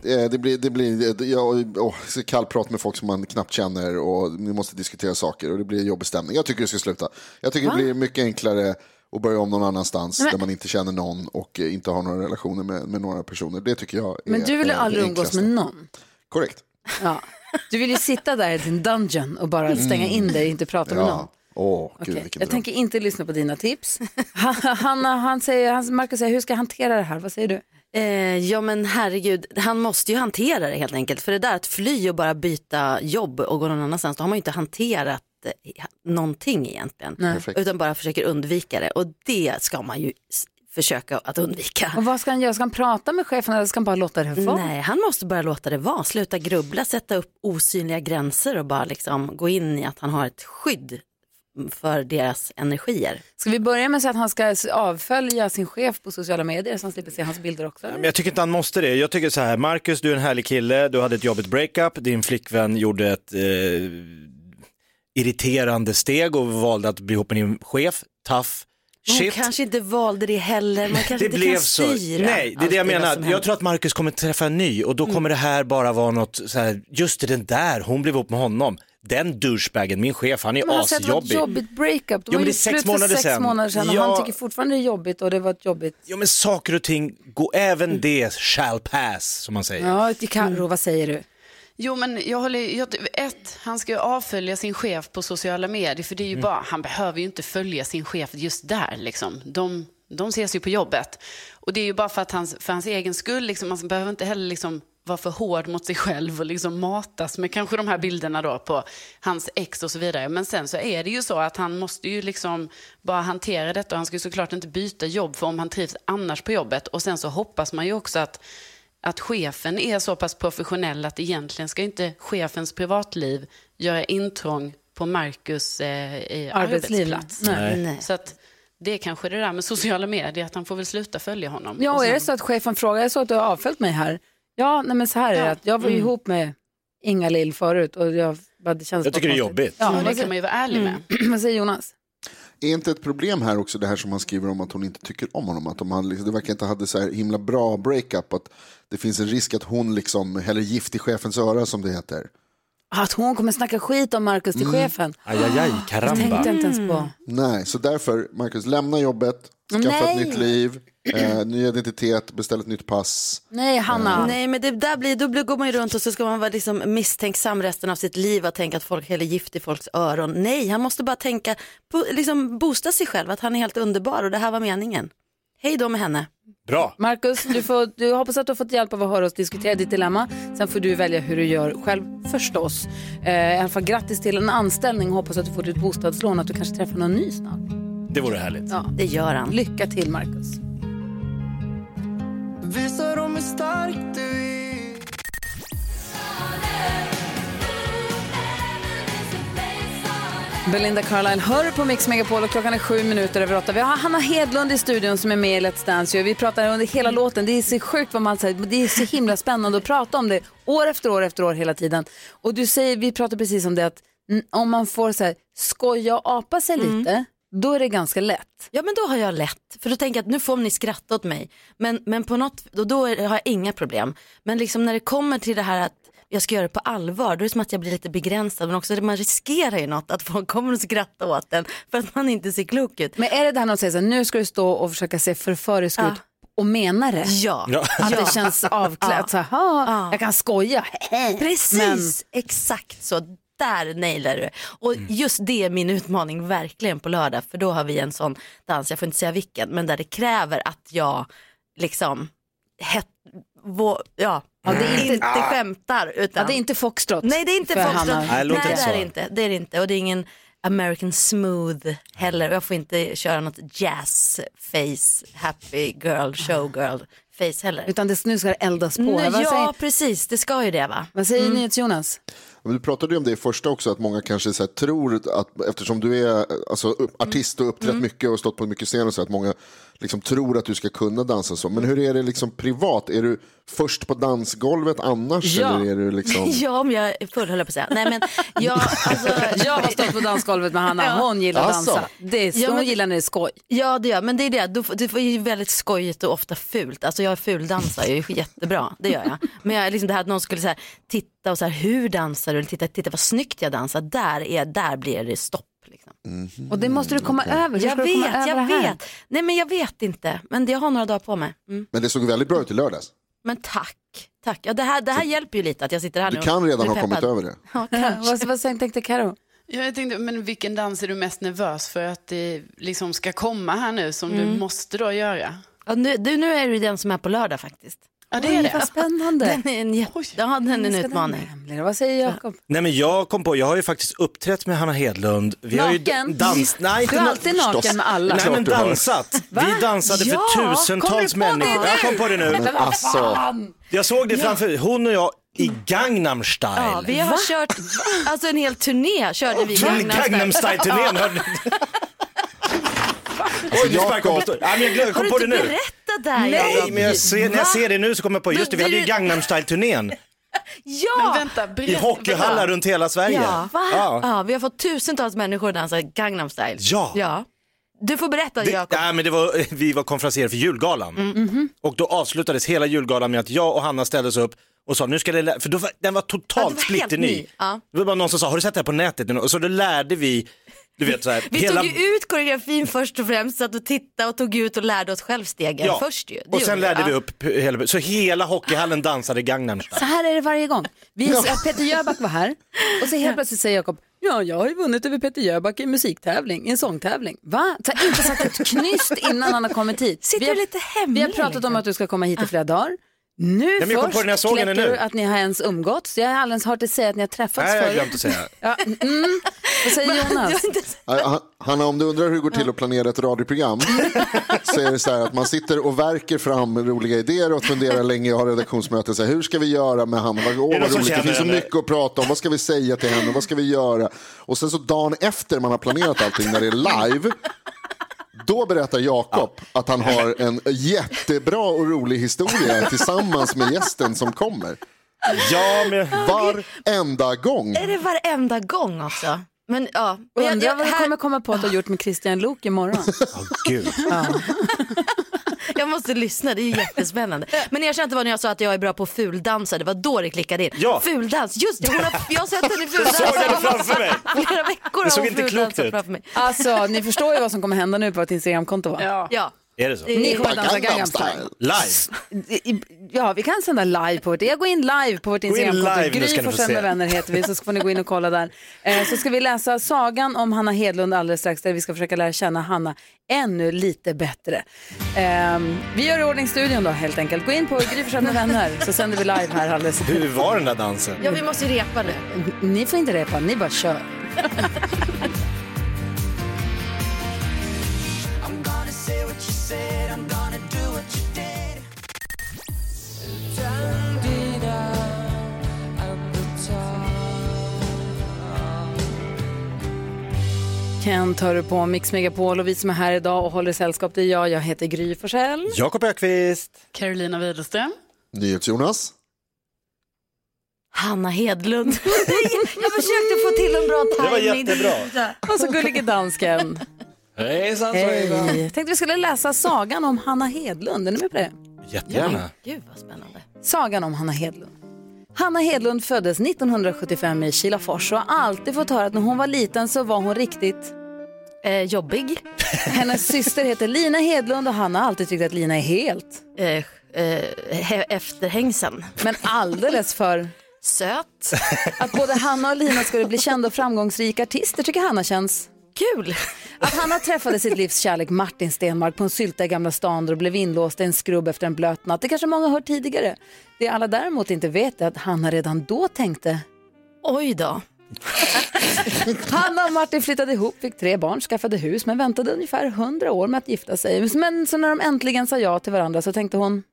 [SPEAKER 3] Eh, Det blir, det blir det- jag, åh, så kallprat med folk som man knappt känner och ni måste diskutera saker och det blir jobbig stämning. Jag tycker det ska sluta. Jag tycker
[SPEAKER 1] Va?
[SPEAKER 3] det blir mycket enklare att börja om någon annanstans
[SPEAKER 1] Men-
[SPEAKER 3] där man inte känner någon och eh, inte har några relationer med, med några personer. Det tycker jag är
[SPEAKER 1] Men du vill ju
[SPEAKER 3] eh, det
[SPEAKER 1] aldrig umgås
[SPEAKER 3] enklaste.
[SPEAKER 14] *laughs*
[SPEAKER 1] med någon.
[SPEAKER 3] Korrekt.
[SPEAKER 1] Ja. Du vill ju sitta där i din dungeon och bara stänga in dig och inte prata med någon.
[SPEAKER 3] Mm. Ja. Åh, gud
[SPEAKER 1] Okej,
[SPEAKER 3] vilken dröm.
[SPEAKER 1] Jag tänker inte lyssna på dina tips. Hanna, han säger, han, Marcus säger, hur ska jag hantera det här? Vad säger du?
[SPEAKER 14] Eh, ja men herregud, han måste ju hantera det helt enkelt. För det där att fly och bara byta jobb och gå någon annanstans, då har man ju inte hanterat eh, någonting egentligen.
[SPEAKER 1] Nej. Perfekt.
[SPEAKER 14] Utan bara försöker undvika det. Och det ska man ju s- försöka att undvika.
[SPEAKER 1] Och vad ska han göra? Ska han prata med chefen eller ska han bara låta det vara?
[SPEAKER 14] Nej, han måste bara låta det vara. Sluta grubbla, sätta upp osynliga gränser och bara liksom gå in i att han har ett skydd för deras energier.
[SPEAKER 1] Ska vi börja med så att han ska avfölja sin chef på sociala medier så han slipper se hans bilder också?
[SPEAKER 4] Men jag tycker inte han måste det. Jag tycker så här, Marcus du är en härlig kille, du hade ett jobbigt breakup, din flickvän gjorde ett eh, irriterande steg och valde att bli ihop med din chef, tough,
[SPEAKER 14] Men Hon
[SPEAKER 4] shit.
[SPEAKER 14] kanske inte valde det heller. Man kanske inte kan styra
[SPEAKER 4] Nej, det är
[SPEAKER 14] allt
[SPEAKER 4] det jag
[SPEAKER 14] vad
[SPEAKER 4] menar.
[SPEAKER 14] som
[SPEAKER 4] Jag
[SPEAKER 14] händer.
[SPEAKER 4] tror att Marcus kommer träffa en ny och då kommer det här bara vara något så här, just den där, hon blev ihop med honom. Den douchebagen, min chef, han är
[SPEAKER 1] Men han säger att det var ett
[SPEAKER 4] asjobbig.
[SPEAKER 1] jobbigt breakup. De
[SPEAKER 4] Jo,
[SPEAKER 1] var
[SPEAKER 4] men det
[SPEAKER 1] ju
[SPEAKER 4] är sex
[SPEAKER 1] slut för
[SPEAKER 4] månader
[SPEAKER 1] sex
[SPEAKER 4] sedan.
[SPEAKER 1] månader sedan och
[SPEAKER 4] Ja.
[SPEAKER 1] han tycker fortfarande det är jobbigt och det var ett jobbigt.
[SPEAKER 4] Ja men saker och ting, gå, även det shall pass som man säger.
[SPEAKER 1] Ja, Carro, vad säger du?
[SPEAKER 7] Jo, men jag håller jag, Ett, han ska ju avfölja sin chef på sociala medier. För det är ju
[SPEAKER 4] Mm.
[SPEAKER 7] bara, han behöver ju inte följa sin chef just där. Liksom. De, de ses ju på jobbet. Och det är ju bara för, att hans, för hans egen skull. Liksom, man behöver inte heller liksom vara för hård mot sig själv och liksom matas med kanske de här bilderna då på hans ex och så vidare. Men sen så är det ju så att han måste ju liksom bara hantera detta och han ska ju såklart inte byta jobb för om han trivs annars på jobbet. Och sen så hoppas man ju också att att chefen är så pass professionell att egentligen ska inte chefens privatliv göra intrång på Marcus eh, i
[SPEAKER 1] Arbetsliv.
[SPEAKER 7] arbetsplats.
[SPEAKER 1] Nej. Nej.
[SPEAKER 7] Så att det är kanske det där med sociala medier, att han får väl sluta följa honom.
[SPEAKER 1] Ja, och är
[SPEAKER 7] sen-
[SPEAKER 1] det så att chefen frågar, jag såg att du har avföljt mig här. Ja, nej men så här är det att jag var ju
[SPEAKER 7] Mm.
[SPEAKER 1] ihop med Inga Lill förut och jag, bara, det känns
[SPEAKER 3] Jag tycker
[SPEAKER 1] bara
[SPEAKER 3] det är
[SPEAKER 1] konstigt.
[SPEAKER 3] jobbigt.
[SPEAKER 1] Ja,
[SPEAKER 7] Ja,
[SPEAKER 1] vad
[SPEAKER 7] det
[SPEAKER 1] säger-
[SPEAKER 7] kan man ju vara ärlig med.
[SPEAKER 1] *clears throat* vad säger Jonas?
[SPEAKER 3] Är inte ett problem här också det här som han skriver om att hon inte tycker om honom? Att de hade, liksom, det verkar inte hade så här himla bra breakup. Att det finns en risk att hon liksom häller gift i chefens öra som det heter.
[SPEAKER 1] Att hon kommer snacka skit om Markus
[SPEAKER 4] Mm.
[SPEAKER 1] till chefen.
[SPEAKER 3] Ajajaj,
[SPEAKER 1] Jag tänkte inte ens på.
[SPEAKER 3] Nej, så därför, Marcus, lämna jobbet, skaffa
[SPEAKER 1] Nej.
[SPEAKER 3] ett nytt liv, eh, ny identitet, beställ ett nytt pass.
[SPEAKER 1] Nej, Hanna.
[SPEAKER 14] Mm. Nej, men det där blir, då blir- går man ju runt och så ska man vara liksom misstänksam resten av sitt liv och tänka att folk häller gift i folks öron. Nej, han måste bara tänka, på, liksom boosta sig själv, att han är helt underbar och det här var meningen. Hej då med henne.
[SPEAKER 4] Bra.
[SPEAKER 1] Marcus, du, får, du jag hoppas att du har fått hjälp av att höra oss diskutera ditt dilemma. Sen får du välja hur du gör själv förstås. Eh, I alla fall grattis till en anställning och hoppas att du får ditt bostadslån och att du kanske träffar någon ny snart.
[SPEAKER 4] Det vore härligt.
[SPEAKER 1] Ja, det gör han. Lycka till Marcus.
[SPEAKER 16] Visa dem hur stark du är.
[SPEAKER 1] Belinda Carlisle hör på Mix Megapol och klockan är sju minuter över åtta. Vi har Hanna Hedlund i studion som är med i Let's Dance. ju. Vi pratar under hela låten. Det är så sjukt vad man säger. Det är så himla spännande att prata om det år efter år efter år hela tiden. Och du säger, vi pratar precis om det att mm, om man får så här, skoja och apa sig lite, då är det ganska lätt.
[SPEAKER 14] Ja, men då har jag lätt, för då tänker jag att nu får ni skratta åt mig. Men, men på något, då, då är- har jag inga problem. Men liksom när det kommer till det här att jag ska göra det på allvar, då är det som att jag blir lite begränsad. Men också att man riskerar ju något, att folk kommer att skratta åt en för att man inte ser klok ut.
[SPEAKER 1] Men är det det här när de säger så här, nu ska du stå och försöka se förförisk ut och mena det?
[SPEAKER 14] Ja. Ja.
[SPEAKER 1] Att
[SPEAKER 14] Ja.
[SPEAKER 1] det känns avklätt. Så här, "Ha, Jag kan skoja.
[SPEAKER 14] Precis, exakt så. Där nailar du. Och
[SPEAKER 1] Mm.
[SPEAKER 14] just det är min utmaning verkligen på lördag. För då har vi en sån dans, jag får inte säga vilken, men där det kräver att jag liksom, het, vå, ja,
[SPEAKER 1] Ja, det är inte-
[SPEAKER 14] inte,
[SPEAKER 1] Ah.
[SPEAKER 14] skämtar. Utan,
[SPEAKER 1] Ja, det är inte foxtrot
[SPEAKER 14] Nej, det är inte
[SPEAKER 1] för
[SPEAKER 14] foxtrot.
[SPEAKER 1] Hanna. Nej,
[SPEAKER 14] Nej,
[SPEAKER 1] det låter
[SPEAKER 14] det,
[SPEAKER 1] så.
[SPEAKER 14] är det inte, det är det inte. Och det är ingen American smooth heller. Och jag får inte köra något jazz face, happy girl, showgirl face heller.
[SPEAKER 1] Utan det, nu ska det eldas på.
[SPEAKER 14] Nu,
[SPEAKER 1] Vad
[SPEAKER 14] ja,
[SPEAKER 1] säger-
[SPEAKER 14] precis. Det ska ju det, va?
[SPEAKER 1] Vad säger NyhetsJonas?
[SPEAKER 3] Men du pratade ju om det i första också, att många kanske så här, tror att eftersom du är alltså,
[SPEAKER 14] Mm.
[SPEAKER 3] upp, artist och uppträtt mycket och stått på mycket scener och så, att många liksom, tror att du ska kunna dansa så.
[SPEAKER 14] Mm.
[SPEAKER 3] Men hur är det liksom privat? Är du först på dansgolvet annars?
[SPEAKER 14] Ja.
[SPEAKER 3] Eller är du liksom...
[SPEAKER 14] *laughs* ja, om jag är full höll jag på att säga. Nej,
[SPEAKER 3] *laughs*
[SPEAKER 14] men jag, alltså,
[SPEAKER 1] jag har stått på dansgolvet med Hanna. Hon gillar att
[SPEAKER 3] Alltså.
[SPEAKER 1] dansa. Det är, hon gillar när det är skoj.
[SPEAKER 14] Ja, det gör men det är det. Du, får- det är ju väldigt skojigt och ofta fult. Alltså jag fuldansar ju jättebra, det gör jag. Men jag, är liksom det här att någon skulle så här, titta och så här, hur dansar du? Eller titta, titta vad snyggt jag dansar. Där, är, där blir det stopp. liksom.
[SPEAKER 1] Mm-hmm. Och det måste du
[SPEAKER 3] Mm-hmm.
[SPEAKER 1] komma över. Hur
[SPEAKER 14] Jag
[SPEAKER 1] ska du komma
[SPEAKER 14] vet,
[SPEAKER 1] över
[SPEAKER 14] jag
[SPEAKER 1] det här?
[SPEAKER 14] vet. Nej men jag vet inte. Men det- jag har några dagar på mig. Mm.
[SPEAKER 3] Men det såg väldigt bra ut i lördags.
[SPEAKER 14] Men tack, tack. Ja, det, här, det här hjälper ju lite att jag sitter här nu.
[SPEAKER 3] Du
[SPEAKER 14] och
[SPEAKER 3] kan redan
[SPEAKER 14] blir
[SPEAKER 3] ha kommit
[SPEAKER 14] peppad.
[SPEAKER 3] över det.
[SPEAKER 14] Ja,
[SPEAKER 1] *laughs* vad, vad tänkte Karo?
[SPEAKER 7] Jag tänkte, men vilken dans är du mest nervös för att det liksom ska komma här nu som
[SPEAKER 14] Mm.
[SPEAKER 7] du måste då göra?
[SPEAKER 14] Ja, nu, du, nu är det ju den som är på lördag faktiskt.
[SPEAKER 7] Ja, det är Oj, det. vad
[SPEAKER 1] spännande.
[SPEAKER 14] Den är en, jätte- ja, den är en
[SPEAKER 1] ska den
[SPEAKER 14] utmaning.
[SPEAKER 1] Vad säger Jakob?
[SPEAKER 4] Nej men jag kom på, jag har ju faktiskt uppträtt med Hanna Hedlund. Vi har ju
[SPEAKER 1] Naken?
[SPEAKER 4] dans... Nej, inte
[SPEAKER 1] Du är
[SPEAKER 4] na-
[SPEAKER 1] alltid naken
[SPEAKER 4] förstås.
[SPEAKER 1] med alla.
[SPEAKER 4] Nej men
[SPEAKER 1] Klart du har.
[SPEAKER 4] dansat.
[SPEAKER 1] Va?
[SPEAKER 4] Vi dansade
[SPEAKER 1] Ja,
[SPEAKER 4] för
[SPEAKER 1] kommer du
[SPEAKER 4] tusentals
[SPEAKER 1] på det
[SPEAKER 4] människor.
[SPEAKER 1] nu?
[SPEAKER 4] Jag kom på det nu.
[SPEAKER 1] Men vad Alltså. fan! Mm.
[SPEAKER 4] Jag såg det
[SPEAKER 14] Ja.
[SPEAKER 4] framför hon och jag i Gangnam style.
[SPEAKER 14] Ja, vi har kört alltså en hel turné. Körde vi
[SPEAKER 4] Gangnam style-turnén.
[SPEAKER 14] Ja.
[SPEAKER 4] hörde ni?
[SPEAKER 1] Alltså,
[SPEAKER 4] Oj, du sparkar på stor- Nej, men jag glöm-
[SPEAKER 14] Har
[SPEAKER 4] kom
[SPEAKER 14] du
[SPEAKER 4] på
[SPEAKER 14] inte
[SPEAKER 4] det nu.
[SPEAKER 14] berättat det här?
[SPEAKER 4] Nej,
[SPEAKER 14] Jakob?
[SPEAKER 4] men jag ser, när
[SPEAKER 14] Va?
[SPEAKER 4] jag ser det nu så kommer jag på, just det, vi hade ju Gangnam style-turnén.
[SPEAKER 14] Ja!
[SPEAKER 7] Men vänta,
[SPEAKER 4] I hockeyhallar runt hela Sverige.
[SPEAKER 14] Ja. Va? Ja.
[SPEAKER 4] Ja.
[SPEAKER 14] vi har fått tusentals människor att dansa Gangnam style.
[SPEAKER 4] Ja.
[SPEAKER 14] Du får berätta
[SPEAKER 4] Det, Mm.
[SPEAKER 14] Jakob. Mm.
[SPEAKER 4] nej, men det var, vi var konferenser för julgalan.
[SPEAKER 1] Mm.
[SPEAKER 14] Mhm.
[SPEAKER 4] Och då avslutades hela julgalan med att jag och Hanna ställdes upp och sa nu ska det lä-" för då var, den var totalt splitterny.
[SPEAKER 14] Ja.
[SPEAKER 4] Det var bara någon som sa, har du sett det här på nätet? Och så då lärde vi, du vet så här,
[SPEAKER 14] Vi tog ju ut koreografin först och främst, satt och tittade och tog ut och lärde oss själv stegen först ju. Det
[SPEAKER 4] och sen
[SPEAKER 14] gjorde
[SPEAKER 4] lärde vi
[SPEAKER 14] ja.
[SPEAKER 4] upp pu- hela, så hela hockeyhallen dansade Gangnam style.
[SPEAKER 1] Så här är det varje gång. Vi, Peter Jöback var här och så helt plötsligt säger Jakob, ja jag har ju vunnit över Peter Jöback i en musiktävling, i en sångtävling. Va? Så har inte sagt ett knyst innan han har kommit hit.
[SPEAKER 14] Sitter
[SPEAKER 1] vi har,
[SPEAKER 14] du lite hemlig,
[SPEAKER 1] Vi har pratat om att du ska komma hit i flera dagar. Nu
[SPEAKER 4] men jag kom på
[SPEAKER 1] först
[SPEAKER 4] det när jag såg henne
[SPEAKER 1] kläcker
[SPEAKER 4] nu.
[SPEAKER 1] du att ni har ens umgåtts. Jag har alldeles hört dig säga att ni har träffats
[SPEAKER 4] Nej, jag har
[SPEAKER 1] förut.
[SPEAKER 4] glömt att säga.
[SPEAKER 1] Ja, mm. Vad säger Jonas?
[SPEAKER 3] Eh, Han- Hanna, om du undrar hur det går till att planera ett radioprogram så är det så här att man sitter och verkar fram roliga idéer och funderar länge. Jag har redaktionsmöte. Så här, hur ska vi göra med Hanna? Vad, åh,
[SPEAKER 4] någon
[SPEAKER 3] vad
[SPEAKER 4] som
[SPEAKER 3] roligt. Det
[SPEAKER 4] känner
[SPEAKER 3] finns så
[SPEAKER 4] henne?
[SPEAKER 3] mycket att prata om. Vad ska vi säga till henne? Vad ska vi göra? Och sen så dagen efter man har planerat allting när det är live då berättar Jakob att han har en jättebra och rolig historia tillsammans med gästen som kommer.
[SPEAKER 4] Ja, men...
[SPEAKER 3] Varenda gång.
[SPEAKER 4] Mm.
[SPEAKER 14] Är det varenda gång också? Men ja. Men jag-
[SPEAKER 1] Undrar
[SPEAKER 14] jag-
[SPEAKER 1] vad du
[SPEAKER 14] här-
[SPEAKER 1] kommer komma på att du har gjort med Christian Lok imorgon.
[SPEAKER 4] Gud.
[SPEAKER 14] *laughs* Jag måste lyssna, det är ju jättespännande. Men erkänn att det var när jag sa att jag är bra på fuldansa, det var då det klickade in.
[SPEAKER 4] Ja.
[SPEAKER 14] Fuldans, just det, hon har,
[SPEAKER 4] *laughs*
[SPEAKER 14] jag har sett henne fuldansa.
[SPEAKER 4] Jag såg henne framför mig.
[SPEAKER 14] *laughs* Flera veckor
[SPEAKER 4] Det
[SPEAKER 14] har
[SPEAKER 4] såg
[SPEAKER 14] hon
[SPEAKER 4] inte klokt
[SPEAKER 14] fuldansat
[SPEAKER 4] ut.
[SPEAKER 14] framför mig.
[SPEAKER 1] Alltså, ni förstår ju vad som kommer hända nu på vårt Instagramkonto va?
[SPEAKER 14] Ja. ja.
[SPEAKER 4] Är det så?
[SPEAKER 1] Ni kommer att dansa Gangnam style.
[SPEAKER 4] Live.
[SPEAKER 1] I- Ja, vi kan sända live på vårt, jag går in live på vårt
[SPEAKER 4] Gå in
[SPEAKER 1] Instagramkonto.
[SPEAKER 4] live nu ska
[SPEAKER 1] Gry
[SPEAKER 4] ni få
[SPEAKER 1] Forssell
[SPEAKER 4] se.
[SPEAKER 1] med vänner heter vi, så får ni gå in och
[SPEAKER 4] *laughs*
[SPEAKER 1] kolla där. Eh, så ska vi läsa sagan om Hanna Hedlund alldeles strax, där vi ska försöka lära känna Hanna ännu lite bättre. Ehm, vi gör i ordning studion då helt enkelt. Gå in på Gry Forssell med vänner, så sänder vi live här alldeles.
[SPEAKER 4] Hur var den där dansen?
[SPEAKER 14] Ja, vi måste ju repa nu.
[SPEAKER 1] Ni får inte repa, ni bara kör.
[SPEAKER 15] I'm gonna say what you said, I'm gonna do what you did. Turn it up at the
[SPEAKER 1] Kent hör du på Mix Megapol och vi som är här idag och håller sällskap, det är jag. Jag heter Gry Forssell.
[SPEAKER 4] Jakob Ökvist.
[SPEAKER 7] Carolina Widerström.
[SPEAKER 3] NyhetsJonas.
[SPEAKER 14] Hanna Hedlund.
[SPEAKER 1] *laughs*
[SPEAKER 14] jag försökte få till en bra
[SPEAKER 1] Det var
[SPEAKER 14] timing.
[SPEAKER 1] jättebra. *laughs* Och så gullige *laughs* dansken.
[SPEAKER 12] Hejsan
[SPEAKER 1] Hej.
[SPEAKER 12] svejsan.
[SPEAKER 1] Tänkte vi skulle läsa sagan om Hanna Hedlund. Är ni med på det?
[SPEAKER 12] Jättegärna.
[SPEAKER 14] Gud vad spännande.
[SPEAKER 1] Sagan om Hanna Hedlund. Hanna Hedlund föddes 1975 i Kilafors och har alltid fått höra att när hon var liten så var hon riktigt
[SPEAKER 14] eh, jobbig.
[SPEAKER 1] *laughs* Hennes syster heter Lina Hedlund och Hanna har alltid tyckt att Lina är helt.
[SPEAKER 14] Eh, eh, he- efterhängsen.
[SPEAKER 1] Men alldeles för...
[SPEAKER 14] Söt.
[SPEAKER 1] Att både Hanna och Lina skulle bli kända och framgångsrika artister tycker Hanna känns...
[SPEAKER 14] kul.
[SPEAKER 1] Att Hanna träffade sitt livs kärlek Martin Stenmark på en sylta i Gamla stan och blev inlåst i en skrubb efter en blöt natt. Det kanske många har hört tidigare. Det alla däremot inte vet är att Hanna redan då tänkte
[SPEAKER 14] Oj då.
[SPEAKER 1] *laughs* Hanna och Martin flyttade ihop, fick tre barn, skaffade hus men väntade ungefär 100 år med att gifta sig. Men så när de äntligen sa ja till varandra så tänkte hon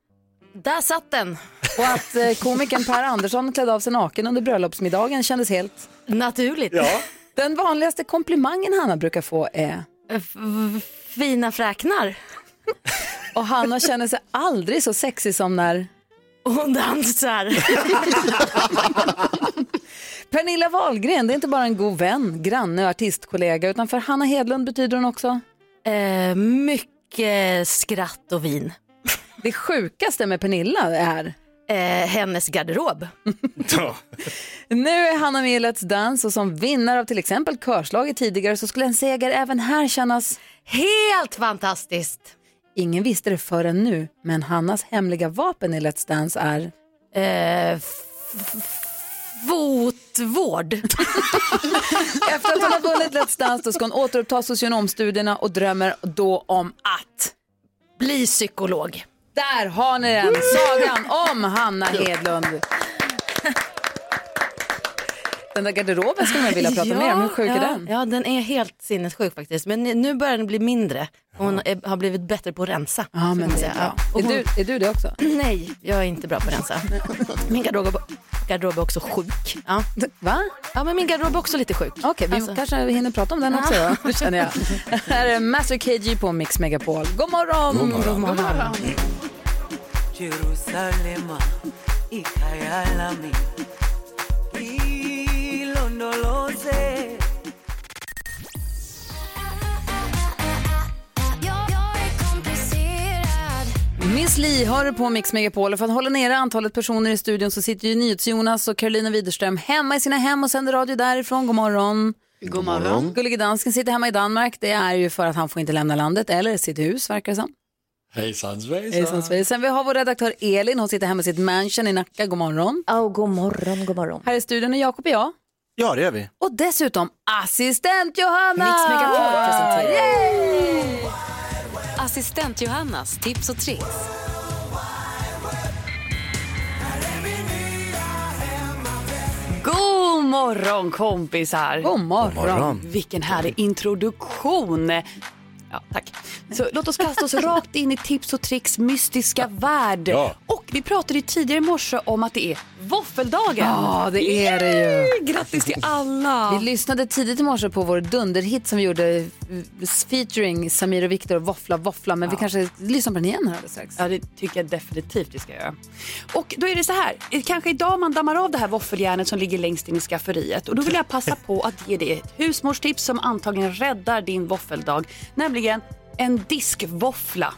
[SPEAKER 14] Där satt den!
[SPEAKER 1] Och att eh, komikern Per Andersson klädde av sig naken under bröllopsmiddagen kändes helt
[SPEAKER 14] naturligt.
[SPEAKER 1] Ja. Den vanligaste komplimangen Hanna brukar få är
[SPEAKER 14] Fina fräknar.
[SPEAKER 1] och Hanna känner sig aldrig så sexig som när
[SPEAKER 4] *laughs*
[SPEAKER 14] hon dansar.
[SPEAKER 1] Pernilla Wahlgren, det är inte bara en god vän, granne och artistkollega utan för Hanna Hedlund betyder hon också?
[SPEAKER 14] Eh, mycket skratt och vin.
[SPEAKER 1] Det sjukaste med Pernilla är?
[SPEAKER 14] Eh, hennes garderob.
[SPEAKER 1] Nu är Hanna med i Let's Dance och som vinnare av till exempel körslaget tidigare så skulle en seger även här kännas
[SPEAKER 14] helt fantastiskt.
[SPEAKER 1] Ingen visste det förrän nu, men Hannas hemliga vapen i Let's Dance är?
[SPEAKER 14] Eh, Fotvård.
[SPEAKER 1] *laughs* Efter att hon har vunnit Let's Dance då ska hon återuppta socionomstudierna och drömmer då om att
[SPEAKER 14] bli psykolog.
[SPEAKER 1] Där har ni den, sagan om Hanna Hedlund. Den där garderoben skulle man vilja prata mer om, hur sjuk
[SPEAKER 14] ja,
[SPEAKER 1] är den?
[SPEAKER 14] Ja, den är helt sinnessjuk faktiskt. Men nu börjar den bli mindre. Hon är, har blivit bättre på att rensa.
[SPEAKER 1] Ja, men det är bra. Är du- är du det också?
[SPEAKER 14] *clears throat* Nej, jag är inte bra på att rensa. Min garderob, garderob är också sjuk. Ja.
[SPEAKER 1] Va?
[SPEAKER 14] Ja, men min garderob är också lite sjuk. Alltså.
[SPEAKER 1] Okej, vi kanske hinner prata om den också då, Nu känner jag. Här är Master KG på Mix Megapol. God morgon!
[SPEAKER 17] God morgon. God morgon.
[SPEAKER 15] Jerusalema ikhaya lami ilondoloze
[SPEAKER 1] Miss Li har du på Mix Megapol och för att hålla nere antalet personer i studion så sitter ju NyhetsJonas och Carolina Widerström hemma i sina hem och sänder radio därifrån. God morgon!
[SPEAKER 7] God morgon.
[SPEAKER 1] Gullige dansken sitter hemma i Danmark. Det är ju för att han får inte lämna landet eller sitt hus verkar det som.
[SPEAKER 12] Hejsan
[SPEAKER 1] Hejsan
[SPEAKER 12] svejsan.
[SPEAKER 1] svejsan. Vi har vår redaktör Elin, hon sitter hemma i sitt mansion i Nacka. God morgon.
[SPEAKER 18] Oh, god morgon, god morgon.
[SPEAKER 1] Här i studion är Jakob och jag.
[SPEAKER 4] Ja, det gör vi.
[SPEAKER 1] Och dessutom assistent Johanna!
[SPEAKER 18] Mix Megapol presenterar.
[SPEAKER 1] Yay!
[SPEAKER 19] Assistent Johannas tips och tricks.
[SPEAKER 20] God morgon kompisar! God
[SPEAKER 1] morgon.
[SPEAKER 20] God morgon. Vilken härlig introduktion! Ja, tack. Så låt oss kasta oss rakt in i tips och tricks mystiska värld.
[SPEAKER 1] Ja.
[SPEAKER 20] Och vi pratade ju tidigare i morse om att det är våffeldagen.
[SPEAKER 1] Ja, det är det ju.
[SPEAKER 20] Yay! Grattis till alla!
[SPEAKER 1] Vi lyssnade tidigt i morse på vår dunderhit som vi gjorde eh, featuring Samir och Viktor och Våffla Våffla men vi kanske lyssnar på den igen här alldeles strax.
[SPEAKER 20] Ja, det tycker jag definitivt vi ska göra. Och då är det så här, eh, kanske idag man dammar av det här våffeljärnet som ligger längst in i skafferiet. Och då vill jag passa på att ge dig ett husmorstips som antagligen räddar din våffeldag, nämligen en diskvåffla.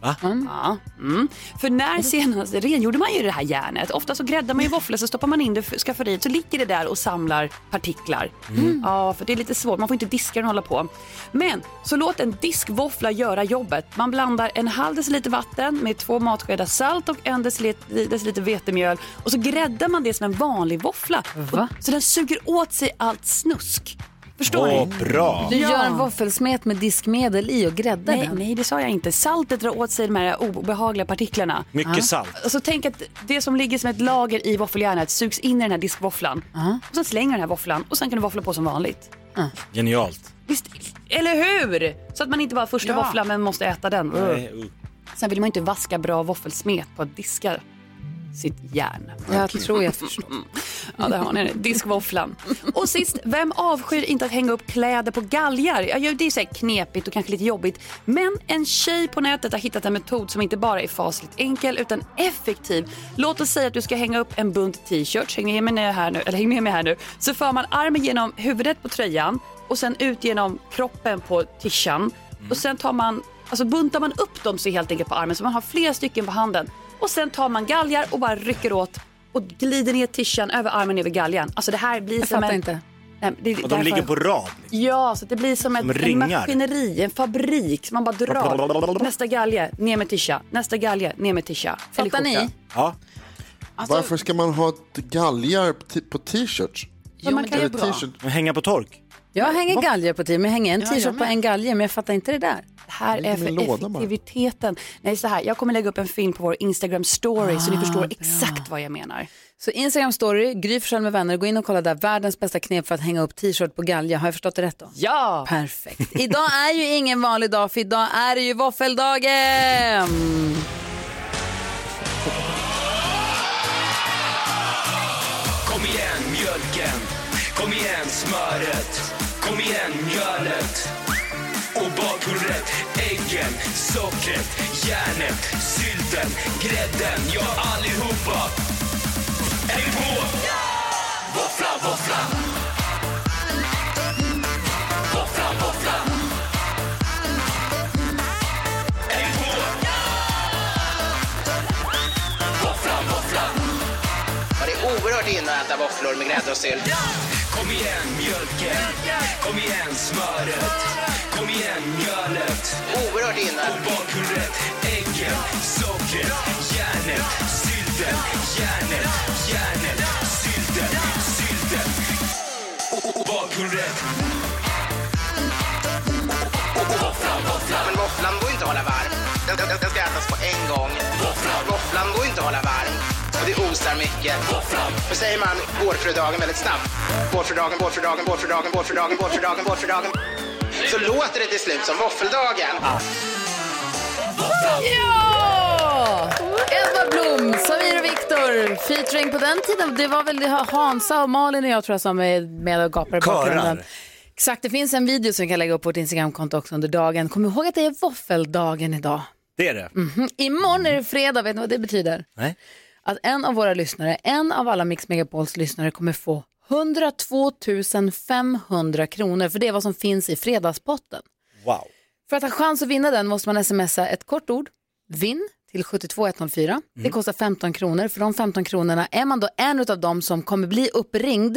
[SPEAKER 4] Va?
[SPEAKER 20] Ja, mm. För när senast rengjorde man ju det här järnet. Ofta så gräddar man ju våfflor så stoppar man in det i skafferiet så ligger det där och samlar partiklar.
[SPEAKER 21] Mm.
[SPEAKER 20] Ja, för det är lite svårt. Man får inte diska den och hålla på. Men så låt en diskvåffla göra jobbet. Man blandar en halv deciliter vatten med två matskedar salt och en deciliter, deciliter vetemjöl och så gräddar man det som en vanlig våffla.
[SPEAKER 1] Va?
[SPEAKER 20] Och- Så den suger åt sig allt snusk. Förstår
[SPEAKER 4] Åh,
[SPEAKER 20] ni?
[SPEAKER 4] bra.
[SPEAKER 1] Du gör en våffelsmet med diskmedel i och gräddar
[SPEAKER 20] Nej,
[SPEAKER 1] den.
[SPEAKER 20] nej, det sa jag inte. Saltet drar åt sig de här obehagliga partiklarna.
[SPEAKER 4] Mycket salt.
[SPEAKER 20] Alltså, tänk att det som ligger som ett lager i våffeljärnet sugs in i den här diskvåfflan. Och sen slänger den här våfflan och sen kan du våffla på som vanligt.
[SPEAKER 4] Genialt.
[SPEAKER 20] Eller hur? Så att man inte bara första våfflan men måste äta den. Mm.
[SPEAKER 4] Nej,
[SPEAKER 1] Mm.
[SPEAKER 4] uh.
[SPEAKER 20] Sen vill man ju inte vaska bra våffelsmet på att diska sitt järn.
[SPEAKER 1] Jag tror
[SPEAKER 20] *clears throat*
[SPEAKER 1] jag förstår.
[SPEAKER 20] Ja, där har ni det. Diskvåfflan. Och sist, vem avskyr inte att hänga upp kläder på galgar? Ja, ju, det är så här knepigt och kanske lite jobbigt. Men en tjej på nätet har hittat en metod som inte bara är fasligt enkel utan effektiv. Låt oss säga att du ska hänga upp en bunt t-shirts. Häng med mig nu här nu, eller häng med mig här nu. Så för man armen genom huvudet på tröjan och sen ut genom kroppen på tishan. Och sen tar man, alltså buntar man upp dem så helt enkelt på armen så man har flera stycken på handen. Och sen tar man galgar och bara rycker åt och glider ner tishan över armen över galgen. Alltså det här blir
[SPEAKER 1] Jag
[SPEAKER 20] som
[SPEAKER 1] fattar
[SPEAKER 20] en...
[SPEAKER 1] inte.
[SPEAKER 20] Nej, men det,
[SPEAKER 4] Och
[SPEAKER 20] därför-
[SPEAKER 4] de ligger på rad.
[SPEAKER 20] Ja, så det blir som,
[SPEAKER 4] Som
[SPEAKER 20] ett en
[SPEAKER 4] ringar.
[SPEAKER 20] maskineri, en fabrik. Så man bara drar. Nästa galge, ner med tisha. Nästa galge, ner med tisha. Eller
[SPEAKER 1] Fattar
[SPEAKER 20] skjorta.
[SPEAKER 1] ni?
[SPEAKER 4] Ja.
[SPEAKER 3] Varför ska man ha ett galgar på t- på t-shirts?
[SPEAKER 20] Jo, men det är
[SPEAKER 3] Eller
[SPEAKER 20] bra.
[SPEAKER 3] t-shirt?
[SPEAKER 4] Hänga på tork?
[SPEAKER 1] Jag hänger galger på tio, men jag hänger en
[SPEAKER 20] Ja,
[SPEAKER 1] t-shirt
[SPEAKER 20] jag
[SPEAKER 1] på
[SPEAKER 20] med.
[SPEAKER 1] en galge, men jag fattar inte det där.
[SPEAKER 20] Det här är för effektiviteten. Nej, så här, jag kommer lägga upp en film på vår Instagram story så ni
[SPEAKER 1] Ah,
[SPEAKER 20] förstår exakt vad jag menar.
[SPEAKER 1] Så Instagram story, Gry Forssell med vänner, gå in och kolla där. Världens bästa knep för att hänga upp t-shirt på galge. Har jag förstått det
[SPEAKER 20] *laughs*
[SPEAKER 1] rätt då?
[SPEAKER 20] Ja!
[SPEAKER 1] Perfekt. Idag är ju ingen vanlig dag, för idag är det ju våffeldagen!
[SPEAKER 15] Kom igen mjölken, kom igen smöret, kom igen mjölet och bakpulvret, äggen, sockret, järnet, sylten, grädden, ja allihopa. Häng på! Våffla, våffla! Våffla, våffla! Häng på! Våffla, våffla!
[SPEAKER 22] Ja, det är oerhört inne att äta våfflor med grädde och sylt.
[SPEAKER 15] Kom igen mjölken, kom igen smöret, kom igen mjölet. Oerhört inne. Och bakpulvret, äggen, sockret, järnet, sylten, järnet, järnet, sylten, sylten. Och- Och bakpulvret.
[SPEAKER 22] Våfflan, våfflan. Men våfflan går inte att hålla varm. Den, den, den ska ätas på en gång. Våfflan. Våfflan går inte att hålla varm. Och det osar mycket. Våfflan. Då säger man vårfrudagen väldigt snabbt. Vårfrudagen, vårfrudagen, vårfrudagen, vårfrudagen, vårfrudagen, vårfrudagen. Så låter det till slut som våffeldagen.
[SPEAKER 1] Ja! Edvard Blom, Samir och Viktor, featuring på den tiden. Det var väl det här Hansa och Malin och jag tror jag som är med och gapar i bakgrunden. Exakt, det finns en video som vi kan lägga upp på vårt Instagramkonto också under dagen. Kom ihåg att det är våffeldagen idag.
[SPEAKER 4] Det är det.
[SPEAKER 1] Mhm. Imorgon är det fredag, vet ni vad det betyder?
[SPEAKER 4] Nej.
[SPEAKER 1] Att en av våra lyssnare, en av alla Mix Megapols lyssnare kommer få 102 500 kronor, för det är vad som finns i fredagspotten.
[SPEAKER 4] Wow.
[SPEAKER 1] För att ha chans att vinna den måste man smsa ett kort ord, vinn, till 72104. Det kostar 15 kronor. För de 15 kronorna är man då en av dem som kommer bli uppringd.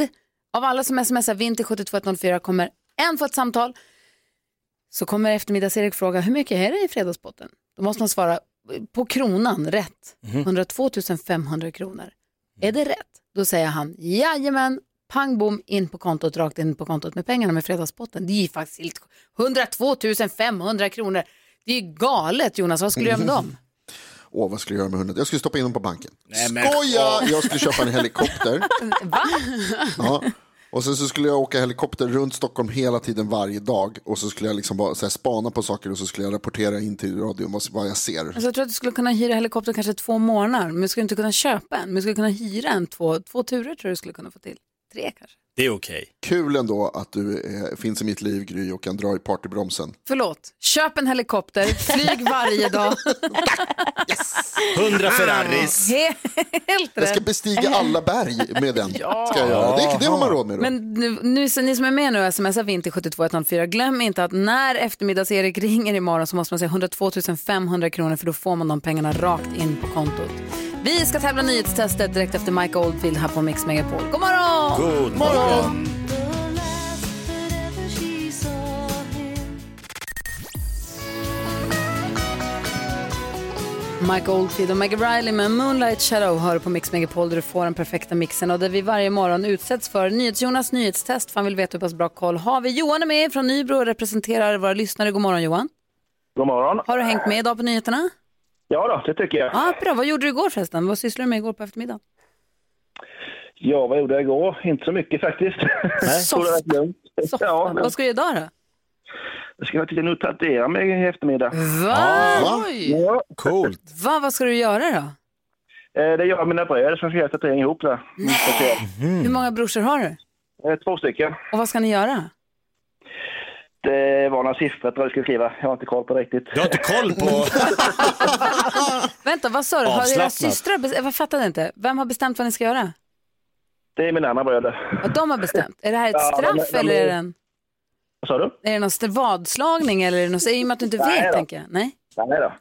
[SPEAKER 1] Av alla som smsar vinn till 72104 kommer en få ett samtal. Så kommer eftermiddags-Erik fråga, hur mycket är det i fredagspotten? Då måste man svara på kronan rätt. 102 500 kronor. Är det rätt? Då säger han, jajamän, pang bom, in på kontot, rakt in på kontot med pengarna med fredagspotten. Det är ju faktiskt helt 102 500 kronor. Det är ju galet Jonas, vad skulle du göra med
[SPEAKER 3] *laughs*
[SPEAKER 1] dem?
[SPEAKER 3] Åh, vad skulle jag göra med hunden? Jag skulle stoppa in dem på banken.
[SPEAKER 1] men-
[SPEAKER 3] Skoja!
[SPEAKER 1] Åh.
[SPEAKER 3] Jag skulle köpa en
[SPEAKER 4] *laughs*
[SPEAKER 3] helikopter.
[SPEAKER 1] Va?
[SPEAKER 3] Ja. Och sen så skulle jag åka helikopter runt Stockholm hela tiden varje dag. Och så skulle jag liksom bara så här, spana på saker och så skulle jag rapportera in till radion vad, vad jag ser.
[SPEAKER 1] Alltså jag tror att du skulle kunna hyra helikopter kanske två månader, men du skulle inte kunna köpa en, men du skulle kunna hyra en två, två turer tror jag du skulle kunna få till. Tre kanske.
[SPEAKER 4] Det är okej.
[SPEAKER 3] Kul ändå att du eh, finns i mitt liv Gry och kan dra i partybromsen.
[SPEAKER 1] Förlåt, köp en helikopter, flyg
[SPEAKER 3] *laughs*
[SPEAKER 1] varje dag.
[SPEAKER 4] 100 Ferraris.
[SPEAKER 1] Helt
[SPEAKER 3] Jag ska
[SPEAKER 1] rätt.
[SPEAKER 3] bestiga alla berg med den. Ska jag göra. Det, det har man råd med då.
[SPEAKER 1] Men nu, nu, så ni som är med nu och smsar vi in till 72104, glöm inte att när eftermiddags-Erik ringer imorgon så måste man säga 102 500 kronor för då får man de pengarna rakt in på kontot. Vi ska tävla nyhetstestet direkt efter Mike Oldfield här på Mix Megapol. God morgon!
[SPEAKER 15] God morgon.
[SPEAKER 1] Mike Oldfield och Maggie Riley med Moonlight Shadow hör på Mix Megapol där du får den perfekta mixen och där vi varje morgon utsätts för NyhetsJonas nyhetstest för han vill veta hur pass bra koll har vi. Johan är med från Nybro och representerar våra lyssnare. God morgon Johan.
[SPEAKER 9] God morgon.
[SPEAKER 1] Har du hängt med idag på nyheterna?
[SPEAKER 9] Ja då, det tycker jag.
[SPEAKER 1] Ja, bra. Vad gjorde du igår förresten? Vad sysslade du med igår på eftermiddagen?
[SPEAKER 9] Ja, vad gjorde jag igår? Inte så mycket faktiskt. *laughs* Tog det rätt lugnt. Ja, men
[SPEAKER 1] Vad ska du göra idag då?
[SPEAKER 9] jag ska faktiskt in och tatuera mig i eftermiddag.
[SPEAKER 1] Va?
[SPEAKER 9] Ja.
[SPEAKER 1] Oj.
[SPEAKER 9] Ja. Eh,
[SPEAKER 4] Coolt.
[SPEAKER 1] Va, vad ska du göra då?
[SPEAKER 9] Det är jag och mina bröder som ska göra tatuering ihop där.
[SPEAKER 1] Hur många brorsor har du?
[SPEAKER 9] Eh, Två stycken.
[SPEAKER 1] Och vad ska ni göra?
[SPEAKER 9] Det var några siffror jag tror jag skulle skriva. Jag har inte koll på det riktigt. Du
[SPEAKER 4] har inte koll på?
[SPEAKER 1] Vänta, vad sa du? Har era
[SPEAKER 9] Avslappnat.
[SPEAKER 1] systrar bestämt? Jag fattade inte. Vem har bestämt vad ni ska göra?
[SPEAKER 9] Det är mina andra bröder.
[SPEAKER 1] Vad de har bestämt? Är det här ett
[SPEAKER 9] Ja,
[SPEAKER 1] straff
[SPEAKER 9] de- de-
[SPEAKER 1] eller är det en...
[SPEAKER 9] Vad sa du?
[SPEAKER 1] Är det någon st- vadslagning eller är det något, i och med att du inte
[SPEAKER 4] Nej
[SPEAKER 1] vet
[SPEAKER 4] då.
[SPEAKER 1] tänker jag? Nej.
[SPEAKER 9] Nej då.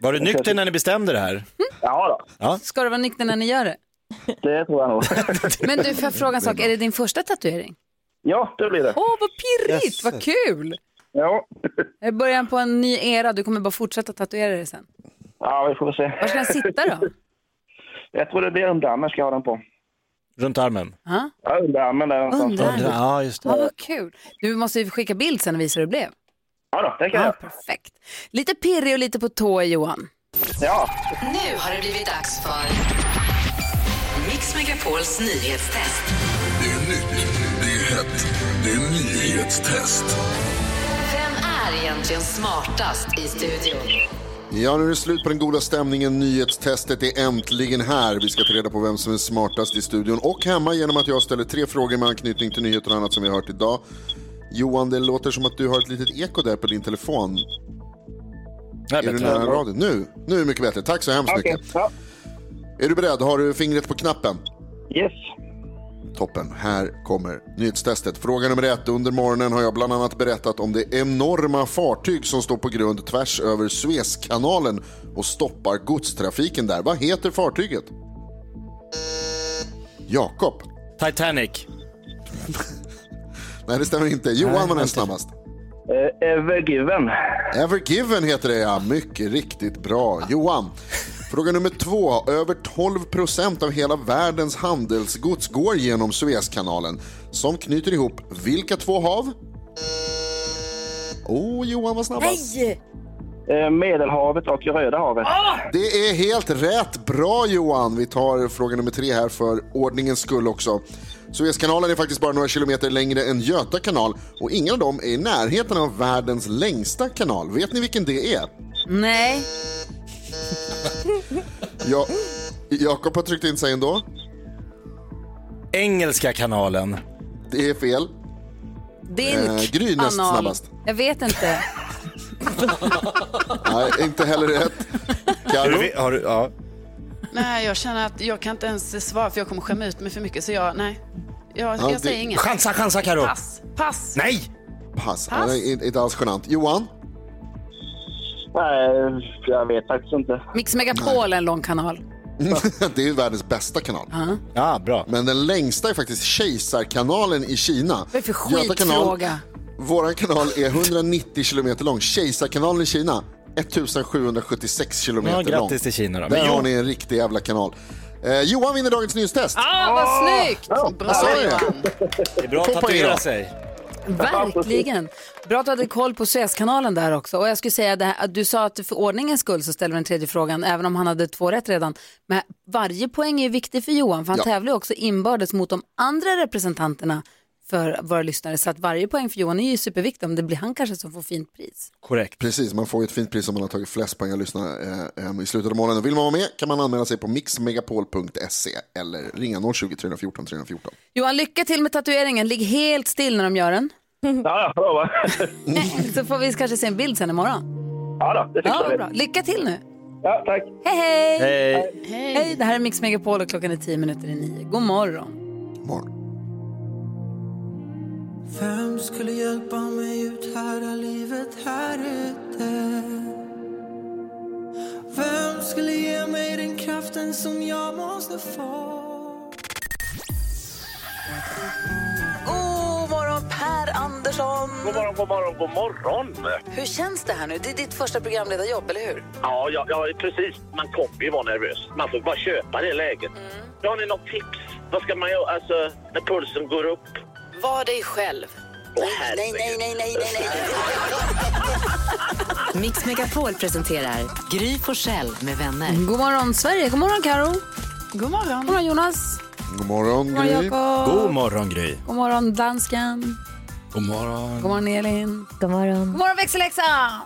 [SPEAKER 4] Var du nykter när ni bestämde det här?
[SPEAKER 9] Mm. Ja då.
[SPEAKER 4] Ja.
[SPEAKER 1] Ska du vara nykter när ni gör det?
[SPEAKER 9] Det tror
[SPEAKER 4] *laughs*
[SPEAKER 9] jag nog.
[SPEAKER 1] Men du, får jag fråga en sak? Är det din första tatuering?
[SPEAKER 9] Ja, det blir det.
[SPEAKER 1] Åh, vad pirrigt! Vad kul!
[SPEAKER 9] Ja.
[SPEAKER 1] Det är början på en ny era. Du kommer bara fortsätta tatuera dig sen.
[SPEAKER 9] Ja, vi får väl se. *laughs*
[SPEAKER 1] Var ska den sitta då?
[SPEAKER 9] Jag tror det blir en damm jag ska ha den på.
[SPEAKER 4] Runt armen.
[SPEAKER 1] Ja.
[SPEAKER 9] Ja, under armen där någonstans.
[SPEAKER 1] Under armen.
[SPEAKER 4] Ja, just
[SPEAKER 1] Ja, vad kul. Du måste ju skicka bild sen och visa hur det blev.
[SPEAKER 9] Ja, då, det kan jag.
[SPEAKER 1] Perfekt. Lite pirrig och lite på tå Johan.
[SPEAKER 9] Ja.
[SPEAKER 14] Nu har det blivit dags för Mix Megapols nyhetstest.
[SPEAKER 23] Det är nytt, det är hett, det är nyhetstest.
[SPEAKER 14] Vem är egentligen smartast i studion?
[SPEAKER 3] Ja, nu är det slut på den goda stämningen. Nyhetstestet är äntligen här. Vi ska ta reda på vem som är smartast i studion och hemma genom att jag ställer tre frågor med anknytning till nyheter och annat som vi har hört idag. Johan, det låter som att du har ett litet eko där på din telefon. är du
[SPEAKER 4] bättre.
[SPEAKER 3] nära radion? Nu, nu är det mycket bättre. Tack så hemskt
[SPEAKER 9] Okej,
[SPEAKER 3] mycket. Är du beredd? Har du fingret på knappen?
[SPEAKER 9] Yes.
[SPEAKER 3] Toppen, här kommer nyhetstestet. Fråga nummer ett. Under morgonen har jag bland annat berättat om det enorma fartyg som står på grund tvärs över Suezkanalen och stoppar godstrafiken där. Vad heter fartyget? Jakob.
[SPEAKER 4] Titanic.
[SPEAKER 3] *laughs* Nej, det stämmer inte. Johan var näst snabbast.
[SPEAKER 9] Eh, Evergiven.
[SPEAKER 3] Evergiven heter det ja, mycket riktigt bra. Johan, fråga nummer två. Över 12 procent av hela världens handelsgods går genom Suezkanalen som knyter ihop vilka två hav? Oh, Johan var snabbast.
[SPEAKER 9] Nej! Eh, Medelhavet och Röda havet.
[SPEAKER 3] Det är helt rätt. Bra Johan. Vi tar fråga nummer tre här för ordningens skull också. Suezkanalen är faktiskt bara några kilometer längre än Göta kanal och ingen av dem är i närheten av världens längsta kanal. Vet ni vilken det är?
[SPEAKER 1] Nej.
[SPEAKER 3] Ja, Jakob har tryckt in sig ändå.
[SPEAKER 4] Engelska kanalen.
[SPEAKER 3] Det är fel.
[SPEAKER 1] Din
[SPEAKER 3] Eh, Gry näst
[SPEAKER 1] anal.
[SPEAKER 3] snabbast.
[SPEAKER 1] Jag vet inte.
[SPEAKER 3] Nej, inte heller rätt. Carro?
[SPEAKER 4] Har du, ja.
[SPEAKER 7] Nej, jag känner att jag kan inte ens svara för jag kommer skämma ut mig för mycket. Så jag, nej. Jag,
[SPEAKER 3] Ja,
[SPEAKER 7] jag
[SPEAKER 3] det-
[SPEAKER 7] säger inget.
[SPEAKER 3] chansa, chansa, Karo.
[SPEAKER 7] Pass, pass.
[SPEAKER 4] Nej!
[SPEAKER 3] Pass.
[SPEAKER 7] Pass.
[SPEAKER 3] Nej, inte- inte alls genant. Johan?
[SPEAKER 9] Nej, jag vet faktiskt inte.
[SPEAKER 1] Mix Megapol är en lång kanal.
[SPEAKER 3] *laughs* det är ju världens bästa kanal.
[SPEAKER 4] Ja, bra.
[SPEAKER 3] Men den längsta är faktiskt Kejsarkanalen i Kina. Vad
[SPEAKER 1] är det för
[SPEAKER 3] Göta kanal-
[SPEAKER 1] skitfråga?
[SPEAKER 3] Vår kanal är 190 kilometer lång. Kejsarkanalen i Kina 1776 kilometer
[SPEAKER 4] Ja,
[SPEAKER 3] lång.
[SPEAKER 4] grattis till Kina då.
[SPEAKER 3] Där
[SPEAKER 4] Men
[SPEAKER 3] har
[SPEAKER 4] Jo-
[SPEAKER 3] ni en riktig jävla kanal. Eh, Johan vinner dagens nyhetstest.
[SPEAKER 1] Ah, vad snyggt!
[SPEAKER 3] Vad sa du?
[SPEAKER 4] Det är bra att
[SPEAKER 3] Poppa in
[SPEAKER 4] tatuera
[SPEAKER 3] då.
[SPEAKER 4] sig.
[SPEAKER 1] Verkligen. Bra att du hade koll på Suezkanalen där också. Och jag skulle säga det här, att du sa att för ordningens skull så ställer vi den tredje frågan, även om han hade två rätt redan. Men varje poäng är ju viktig för Johan, för han
[SPEAKER 3] Ja.
[SPEAKER 1] tävlar ju också inbördes mot de andra representanterna för våra lyssnare. Så att varje poäng för Johan är ju superviktig, om det blir han kanske som får fint pris.
[SPEAKER 4] Korrekt.
[SPEAKER 3] Precis, man får ju ett fint pris om man har tagit flest poäng av lyssnarna eh, eh, i slutet av månaden. Vill man vara med kan man anmäla sig på mixmegapol.se eller ringa 020 314 314.
[SPEAKER 1] Johan, lycka till med tatueringen. Ligg helt still när de gör den.
[SPEAKER 4] Ah,
[SPEAKER 9] Ja, bra va?
[SPEAKER 1] *laughs* Så får vi kanske se en bild sen imorgon.
[SPEAKER 9] Ja, då, det fixar
[SPEAKER 1] Ja,
[SPEAKER 9] vi.
[SPEAKER 1] bra. Lycka till nu.
[SPEAKER 9] Ja, tack.
[SPEAKER 1] Hej, hej!
[SPEAKER 9] Hej.
[SPEAKER 1] Hej. Det här är Mix Megapol och klockan är tio minuter i nio. God morgon.
[SPEAKER 15] Vem skulle hjälpa mig ut här i livet här ute? Vem skulle ge mig den kraften som jag måste få?
[SPEAKER 24] God morgon Per Andersson.
[SPEAKER 9] God morgon, god morgon, god morgon.
[SPEAKER 1] Hur känns det här nu? Det är ditt första programledarjobb, eller hur?
[SPEAKER 9] Ja, ja, ja, precis. Man kommer ju vara nervös. Man får bara köpa det läget. Har ni något tips? Vad ska man göra alltså, när pulsen går upp?
[SPEAKER 7] Var dig själv.
[SPEAKER 14] Nej, nej, nej, nej, nej, nej. Mix Megapol presenterar Gry Forssell med vänner.
[SPEAKER 1] God morgon Sverige, god morgon Karo.
[SPEAKER 7] God morgon. God
[SPEAKER 1] morgon Jonas.
[SPEAKER 3] *laughs* God morgon
[SPEAKER 1] God morgon,
[SPEAKER 3] Gry.
[SPEAKER 1] Jakob. God
[SPEAKER 4] morgon Gry.
[SPEAKER 1] God morgon dansken.
[SPEAKER 25] God morgon.
[SPEAKER 1] God morgon Elin.
[SPEAKER 26] God morgon.
[SPEAKER 1] God morgon växelläxan.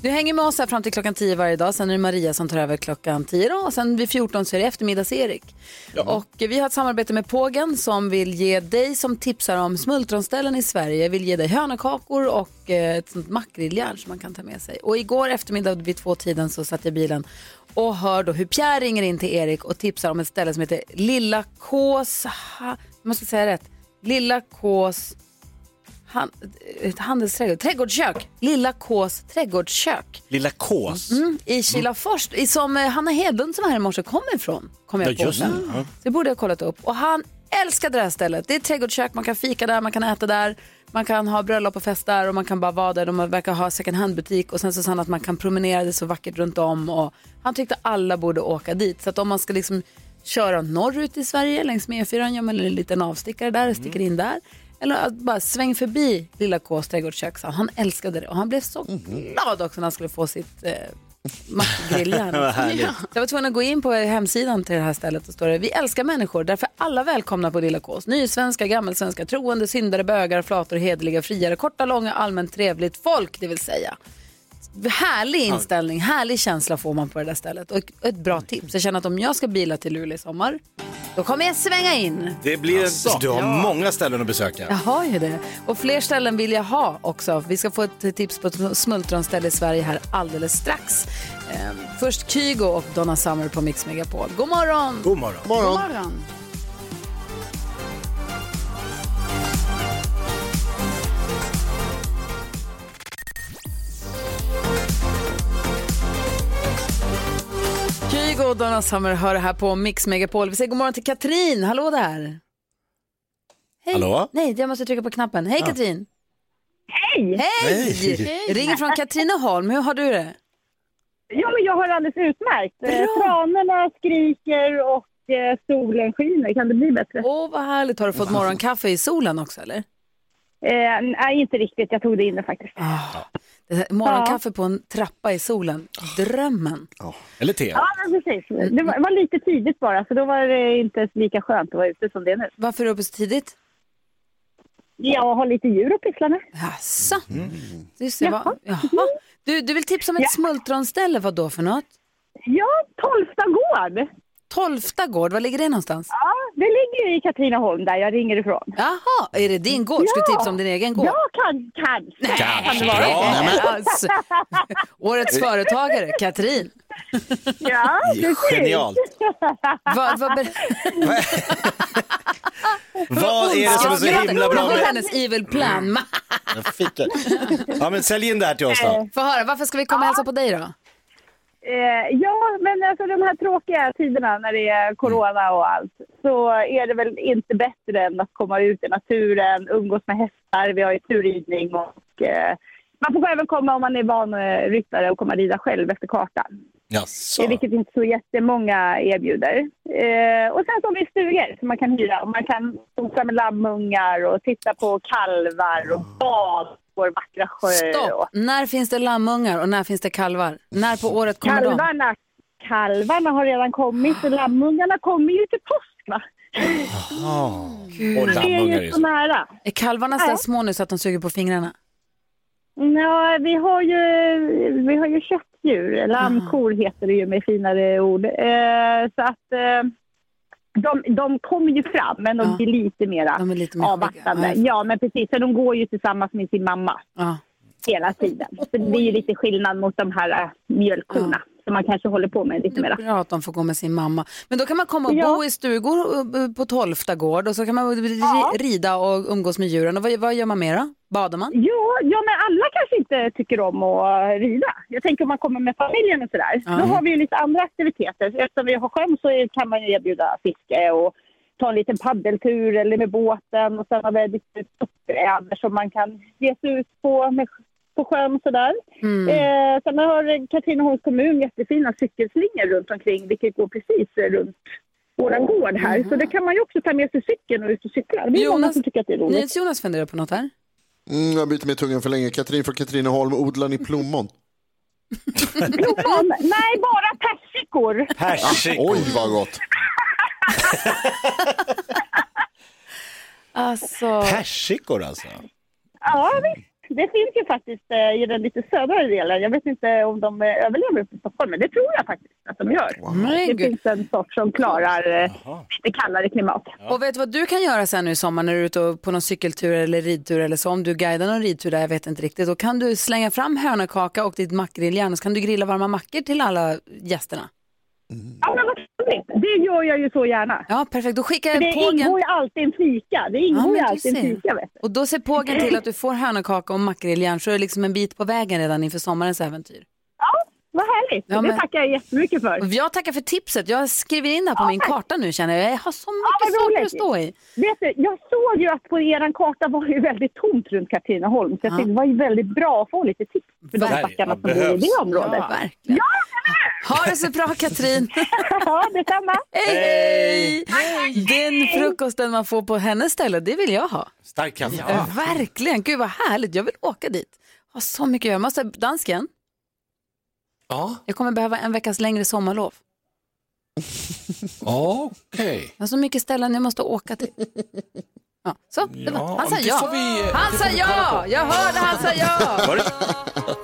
[SPEAKER 1] Du hänger med oss här fram till klockan 10 varje dag. Sen är det Maria som tar över klockan 10 då. och sen vid 14 så är det eftermiddags-Erik.
[SPEAKER 7] Mm.
[SPEAKER 1] Och vi har ett samarbete med Pågen som vill ge dig som tipsar om smultronställen i Sverige, vill ge dig hönökakor och eh, ett sånt makrilljärn som man kan ta med sig. Och igår eftermiddag vid tvåtiden så satt jag i bilen och hör då hur Pierre ringer in till Erik och tipsar om ett ställe som heter Lilla Kås... Ha, jag måste säga rätt. Lilla Kås... Han, ett handelsträdgård. Trädgårdskök. Lilla Kås trädgårdskök.
[SPEAKER 4] Lilla Kås.
[SPEAKER 1] Mm, I Kilafors, i- som eh, Hanna Hedlund som var här i morse kommer ifrån. Kom jag
[SPEAKER 4] Ja,
[SPEAKER 1] på
[SPEAKER 4] just
[SPEAKER 1] sen.
[SPEAKER 4] det. Ja.
[SPEAKER 1] Så det borde jag ha kollat upp. Och han älskade det här stället. Det är ett trädgårdskök, man kan fika där, man kan äta där. Man kan ha bröllop och fest där och man kan bara vara där. De verkar ha second hand-butik och sen så sa han att man kan promenera, det är så vackert runt om. Och han tyckte alla borde åka dit. Så att om man ska liksom köra norrut i Sverige längs med E E4, gör man en liten avstickare där
[SPEAKER 4] Mm.
[SPEAKER 1] och sticker in där. Eller att bara sväng förbi lilla Ks trädgårdskök. sa han. Han älskade det och han blev så
[SPEAKER 4] Mhm.
[SPEAKER 1] glad också när han skulle få sitt eh,
[SPEAKER 6] *laughs*
[SPEAKER 1] mackgrilljärn.
[SPEAKER 6] Vad härligt.
[SPEAKER 1] Ja. Så jag var tvungen att gå in på hemsidan till det här stället och står det Vi älskar människor, därför alla välkomna på Lilla Kås. Nysvenska, gammelsvenska, troende, syndare, bögar, flator, hederliga, friare, korta, långa, allmänt trevligt folk, det vill säga. Härlig inställning, härlig känsla får man på det där stället. Och ett bra tips, jag känner att om jag ska bila till Luleå i sommar, då kommer jag svänga in.
[SPEAKER 4] Det blir,
[SPEAKER 1] Alltså.
[SPEAKER 4] du har
[SPEAKER 1] Ja.
[SPEAKER 4] många ställen att besöka.
[SPEAKER 1] Jag har ju det. Och fler ställen vill jag ha också. Vi ska få ett tips på ett smultronställe i Sverige här alldeles strax. Ehm, först Kygo och Donna Summer på Mix Megapol. God morgon!
[SPEAKER 4] God morgon!
[SPEAKER 27] God morgon.
[SPEAKER 1] Kygo och Donna Summer hör det här på Mix Megapol. Vi säger god morgon till Katrin. Hallå där! Hej.
[SPEAKER 4] Hallå? Ah.
[SPEAKER 1] Nej, jag måste trycka på knappen. Hej
[SPEAKER 4] Ja.
[SPEAKER 1] Katrin!
[SPEAKER 5] Hej!
[SPEAKER 1] Hej!
[SPEAKER 5] Hej.
[SPEAKER 1] Ringer från Katrineholm. Hur har du det?
[SPEAKER 5] Ja, men jag har det alldeles utmärkt. Eh, Tranorna skriker och eh, solen skiner. Kan det bli bättre?
[SPEAKER 1] Åh, vad härligt. Har du fått morgonkaffe i solen också eller?
[SPEAKER 5] Eh, nej, inte riktigt. Jag tog det inne faktiskt.
[SPEAKER 1] Det här, Ah, morgonkaffe på en trappa i solen. Drömmen. Mm.
[SPEAKER 4] Eller te.
[SPEAKER 5] Ja, men precis. Det var, var lite tidigt bara, så då var det inte lika skönt att vara ute som det är nu.
[SPEAKER 1] Varför är du uppe så tidigt?
[SPEAKER 5] Jag har lite djur att pyssla med.
[SPEAKER 1] Jaså? Du, ser vad, jaha. Du, du vill tipsa om ett smultronställe, vad då för något?
[SPEAKER 5] Ja, Tolfta gård.
[SPEAKER 1] Tolfta gård, var ligger det någonstans?
[SPEAKER 5] Ja, det ligger ju i Katrineholm där jag ringer ifrån.
[SPEAKER 1] Jaha, är det din gård? Ska du tipsa om din egen gård?
[SPEAKER 5] Ja, kan, kanske. Kan
[SPEAKER 1] Kanske
[SPEAKER 5] det vara
[SPEAKER 1] bra.
[SPEAKER 5] det?
[SPEAKER 1] Nej, men alltså. *laughs* Årets företagare, Katrin.
[SPEAKER 5] Ja, precis.
[SPEAKER 4] Genialt.
[SPEAKER 1] Vad, vad, ber-
[SPEAKER 4] Vad är det Mm. som är så
[SPEAKER 1] Jag
[SPEAKER 4] himla bra
[SPEAKER 1] Det var
[SPEAKER 4] med...
[SPEAKER 1] hennes evil plan. Ma-
[SPEAKER 4] Jag fick det. Ja men sälj in det här till oss då.
[SPEAKER 1] Få höra, varför ska vi komma och hälsa på dig då?
[SPEAKER 5] Eh, ja, men alltså de här tråkiga tiderna när det är corona och allt så är det väl inte bättre än att komma ut i naturen, umgås med hästar. Vi har ju turridning och eh, man får även komma om man är vanryttare och komma rida själv efter kartan. Eh,
[SPEAKER 4] Jaså?
[SPEAKER 5] Vilket inte så jättemånga erbjuder. Eh, och sen så har vi stugor som man kan hyra och man kan sosa med lammungar och titta på kalvar och bad på vår vackra sjö.
[SPEAKER 1] Stopp! När finns det lammungar och när finns det kalvar? När på året kommer de? Ah.
[SPEAKER 5] Kalvarna, kalvarna har redan kommit och lammungarna kommer ju till påsk. Va?
[SPEAKER 1] Gud.
[SPEAKER 5] Mm. det är ju så nära.
[SPEAKER 1] Är kalvarna så här små nu så att de suger på fingrarna?
[SPEAKER 5] Ja, vi, har ju, vi har ju köttdjur. Lammkor
[SPEAKER 1] Ah.
[SPEAKER 5] heter det ju med finare ord. Eh, så att eh, de, de kommer ju fram, men
[SPEAKER 1] Ah.
[SPEAKER 5] de blir lite mera avvaktande.
[SPEAKER 1] skygga. Ah,
[SPEAKER 5] Ja, men precis. Så de går ju tillsammans med sin mamma
[SPEAKER 1] Ja.
[SPEAKER 5] hela tiden. Så det är ju lite skillnad mot de här eh, mjölkkorna som
[SPEAKER 1] Ah.
[SPEAKER 5] man kanske håller på med lite mera.
[SPEAKER 1] Bra att de får gå med sin mamma. Men då kan man komma och
[SPEAKER 5] Ja.
[SPEAKER 1] bo i stugor och, eh, på Tolfta gård och så kan man ri- rida och umgås med djuren. Och vad, vad gör man mer då? Badar man?
[SPEAKER 5] Ja, ja, men alla kanske inte tycker om att eh, rida. Jag tänker om man kommer med familjen och sådär.
[SPEAKER 1] Ja.
[SPEAKER 5] Då har vi ju lite andra aktiviteter. Eftersom vi har sjön så kan man ju erbjuda fiske och ta en liten paddeltur eller med båten. Och sen har vi lite uppgräver som man kan ge sig ut på, med, på sjön sådär.
[SPEAKER 28] Mm.
[SPEAKER 5] Eh, sen har Katrineholms kommun jättefina cykelslingor runt omkring vilket går precis runt våran gård här. Så det kan man ju också ta med sig cykeln och ut och cykla. Det är många som tycker att det är roligt.
[SPEAKER 1] Jonas funderar på något här.
[SPEAKER 3] Mm, jag byter med tungan för länge. Katrin från Katrineholm, odlar ni plommon?
[SPEAKER 5] Plommon? Nej, bara persikor.
[SPEAKER 3] Ah, Oj, vad gott.
[SPEAKER 1] Alltså.
[SPEAKER 4] Persikor alltså.
[SPEAKER 5] Ja, visst. Det finns ju faktiskt eh, i den lite södra delen. Jag vet inte om de eh, överlever uppe i Stockholm, men det tror jag faktiskt att de gör.
[SPEAKER 1] Men
[SPEAKER 5] Det
[SPEAKER 1] gud.
[SPEAKER 5] finns en sort som klarar eh, lite kallare klimat.
[SPEAKER 1] Och vet du vad du kan göra sen nu i sommar när du är ute och- på någon cykeltur eller ridtur eller så, om du guidar någon ridtur där, jag vet inte riktigt, då kan du slänga fram hönökaka och ditt mackgrilljärn och så kan du grilla varma mackor till alla gästerna.
[SPEAKER 5] Ja, men vad roligt. Det gör jag ju så gärna.
[SPEAKER 1] Ja, perfekt. Då skickar
[SPEAKER 5] För
[SPEAKER 1] jag
[SPEAKER 5] det
[SPEAKER 1] pågen-
[SPEAKER 5] ingår ju alltid en fika. Det
[SPEAKER 1] Ja,
[SPEAKER 5] ingår
[SPEAKER 1] men
[SPEAKER 5] ju
[SPEAKER 1] du
[SPEAKER 5] alltid en
[SPEAKER 1] ser.
[SPEAKER 5] fika, vet du.
[SPEAKER 1] Och då ser pågen till att du får hönökaka och mackgrilljärn så är det liksom en bit på vägen redan inför sommarens äventyr.
[SPEAKER 5] Vad härligt.
[SPEAKER 1] Ja, men-
[SPEAKER 5] Det tackar jag jättemycket för.
[SPEAKER 1] Och jag tackar för tipset. Jag skriver in det här på min karta nu känner jag. Jag har så
[SPEAKER 5] Ja, vad
[SPEAKER 1] mycket saker
[SPEAKER 5] roligt.
[SPEAKER 1] att stå i.
[SPEAKER 5] Vet du, jag såg ju att på er karta var ju väldigt tomt runt Katrineholm. Så jag tänkte det var ju väldigt bra att få lite tips för de
[SPEAKER 1] Verkligen.
[SPEAKER 5] stackarna som
[SPEAKER 1] Ja,
[SPEAKER 5] bor i
[SPEAKER 1] behövs.
[SPEAKER 5] det området.
[SPEAKER 1] Ja, verkligen. Ha det så
[SPEAKER 5] *laughs*
[SPEAKER 1] bra Katrin.
[SPEAKER 5] ja, detsamma.
[SPEAKER 1] Hej, hej. Den frukosten man får på hennes ställe, det vill jag ha.
[SPEAKER 4] Stark kaffe.
[SPEAKER 1] Ja. Verkligen, gud vad härligt. Jag vill åka dit. Har så mycket att göra. Måste dansken,
[SPEAKER 12] Ja,
[SPEAKER 1] jag kommer behöva en veckas längre sommarlov.
[SPEAKER 12] okej.
[SPEAKER 1] Jag har så mycket ställen jag måste åka till. Ja, så, det var. Han sa
[SPEAKER 12] men det
[SPEAKER 1] ja.
[SPEAKER 12] får vi- eh,
[SPEAKER 1] han
[SPEAKER 12] det
[SPEAKER 1] sa
[SPEAKER 12] får vi kolla
[SPEAKER 1] ja!
[SPEAKER 12] på.
[SPEAKER 1] Jag hörde han sa ja!
[SPEAKER 12] Var det-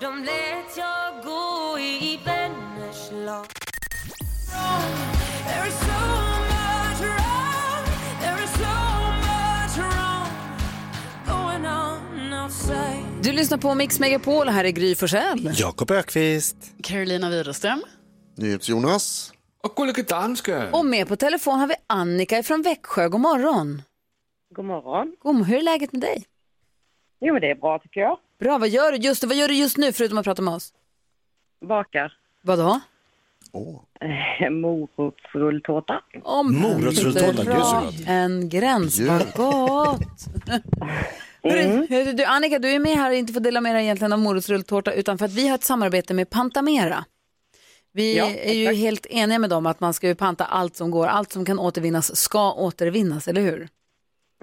[SPEAKER 6] De lät jag gå i vänners lag There is so much wrong There is so much wrong Going on outside
[SPEAKER 1] Du lyssnar på Mix Megapol och här är Gry Forssell.
[SPEAKER 4] Jakob Ökvist.
[SPEAKER 7] Carolina Widerström.
[SPEAKER 3] NyhetsJonas.
[SPEAKER 12] Och Gullige Danske.
[SPEAKER 1] Och med på telefon har vi Annika från Växjö. God morgon.
[SPEAKER 10] God morgon.
[SPEAKER 1] God, hur är läget med dig?
[SPEAKER 10] Jo, men det är bra tycker jag.
[SPEAKER 1] Bra, vad gör du just, vad gör du just nu förutom att prata med oss?
[SPEAKER 10] Bakar.
[SPEAKER 1] Vadå?
[SPEAKER 10] Eh, Morotsrulltårta.
[SPEAKER 1] Om
[SPEAKER 10] Morotsrulltårta, gud, så
[SPEAKER 1] Bra.
[SPEAKER 10] gott.
[SPEAKER 1] En gräns,
[SPEAKER 10] Gud.
[SPEAKER 1] vad gott.
[SPEAKER 6] Mm.
[SPEAKER 1] Hörru, hörru, Du, Annika, du är med här och inte får dela med dig egentligen av morotsrulltårta utan för att vi har ett samarbete med Pantamera. Vi
[SPEAKER 6] Ja,
[SPEAKER 1] är ju
[SPEAKER 6] exakt.
[SPEAKER 1] helt eniga med dem att man ska ju panta allt som går, allt som kan återvinnas ska återvinnas, eller hur?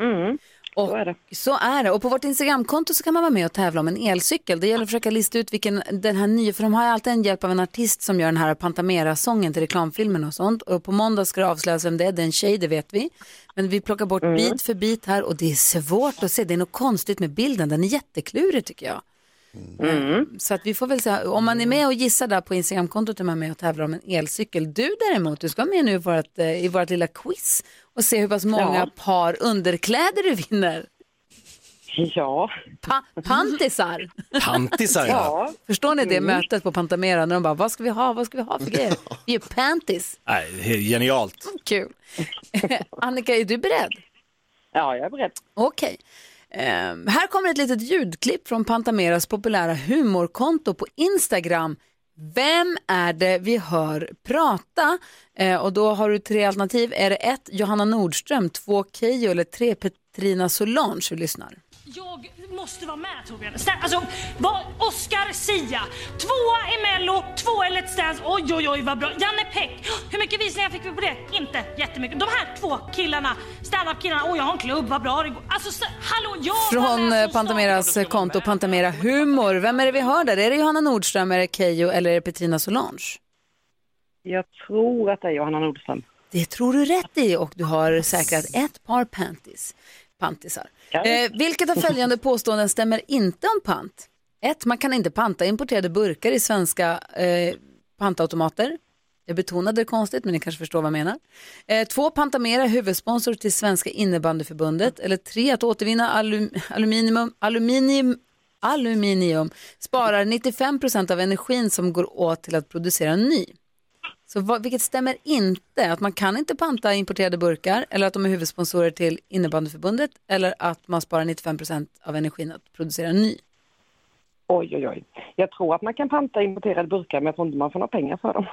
[SPEAKER 10] Mm.
[SPEAKER 1] Och så, är det. Och på vårt Instagramkonto så kan man vara med och tävla om en elcykel. Det gäller att försöka lista ut vilken den här nya, för de har ju alltid en hjälp av en artist som gör den här Pantamera-sången till reklamfilmen och sånt. Och på måndag ska det avslöjas vem det är, det är en tjej, det vet vi. Men vi plockar bort
[SPEAKER 6] Mm.
[SPEAKER 1] bit för bit här och det är svårt att se, det är något konstigt med bilden, den är jätteklurig tycker jag. Mm. Så att vi får väl säga, om man är med och gissar där på Instagramkontot är man med och tävlar om en elcykel. Du däremot, du ska vara med nu i vårt, eh, i vårt lilla quiz och se hur pass många
[SPEAKER 10] Ja.
[SPEAKER 1] par underkläder du vinner.
[SPEAKER 10] Ja.
[SPEAKER 1] Pa- pantisar.
[SPEAKER 10] Pantisar, ja. Ja.
[SPEAKER 1] Förstår ni det
[SPEAKER 10] Mm.
[SPEAKER 1] mötet på Pantamera när de bara, vad ska vi ha, vad ska vi ha för grejer? Vi är pantis.
[SPEAKER 4] Nej, det är genialt.
[SPEAKER 10] *laughs*
[SPEAKER 1] Kul. Annika, är du beredd?
[SPEAKER 10] Ja, jag är beredd.
[SPEAKER 1] Okej. Ehm, här kommer ett litet ljudklipp från Pantameras populära humorkonto på Instagram. Vem är det vi hör prata? Eh, och då har du tre alternativ. Är det ett Johanna Nordström, två Keyyo eller tre Petrina Solange? Vi lyssnar.
[SPEAKER 6] Jag måste vara med Torbjörn. Sta- Alltså, vad, Oscar Sia. Tvåa i Mello, tvåa i Let's Dance. Oj, oj, oj vad bra. Janne Peck. Hur mycket visningar fick vi på det? Inte jättemycket. De här två killarna, up killarna Oj, jag har en klubb, vad bra det går. Alltså, sta- hallå, jag var
[SPEAKER 1] Från
[SPEAKER 6] med
[SPEAKER 1] eh, Pantameras konto Pantamera Humor. Vem är det vi hör där? Är det Johanna Nordström, är det Keyyo eller är det Petrina Solange?
[SPEAKER 10] Jag tror att det är Johanna Nordström.
[SPEAKER 1] Det tror du rätt i och du har säkrat ett par panties. pantisar. Eh, vilket av följande påståenden stämmer inte om pant? 1. Man kan inte panta importerade burkar i svenska eh, pantautomater. Jag betonade det konstigt, men ni kanske förstår vad jag menar. Eh, två, Pantamera, huvudsponsor till Svenska innebandyförbundet. Eller tre, att återvinna alum, aluminium, aluminium, aluminium sparar 95 procent av energin som går åt till att producera ny. Så vad, vilket stämmer inte? Att man kan inte panta importerade burkar eller att de är huvudsponsorer till innebandyförbundet eller att man sparar 95 procent av energin att producera ny.
[SPEAKER 10] Oj, oj, oj. Jag tror att man kan panta importerade burkar, men jag tror inte man får några pengar för dem.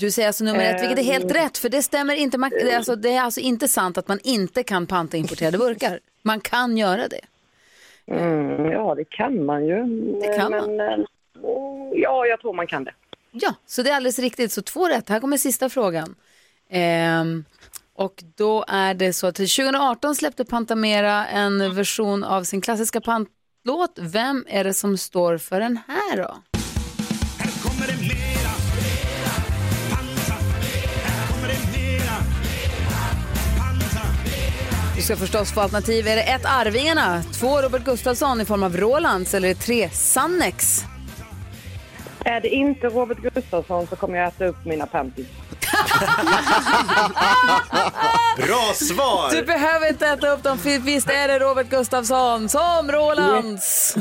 [SPEAKER 1] Du säger alltså nummer ett, vilket är helt
[SPEAKER 10] Eh,
[SPEAKER 1] rätt, för det stämmer inte. Man, det, är alltså, det är alltså inte sant att man inte kan panta importerade burkar. Man kan göra det.
[SPEAKER 10] Mm, ja, det kan man ju.
[SPEAKER 1] Det kan man.
[SPEAKER 10] eh, Ja, jag tror man kan det.
[SPEAKER 1] Ja, så det är alldeles riktigt. Så två rätt. Här kommer sista frågan. Ehm, och då är det så att 2018 släppte Pantamera en version av sin klassiska pantlåt. Vem är det som står för den här då? Du ska förstås få alternativ. Är det ett Arvingarna, två Robert Gustafsson i form av Rolands eller tre Sannex?
[SPEAKER 10] Är det inte Robert Gustafsson så kommer jag äta upp mina panties.
[SPEAKER 4] Bra svar!
[SPEAKER 1] Du behöver inte äta upp dem, för visst är det Robert Gustafsson som
[SPEAKER 3] *laughs*
[SPEAKER 1] Rolands?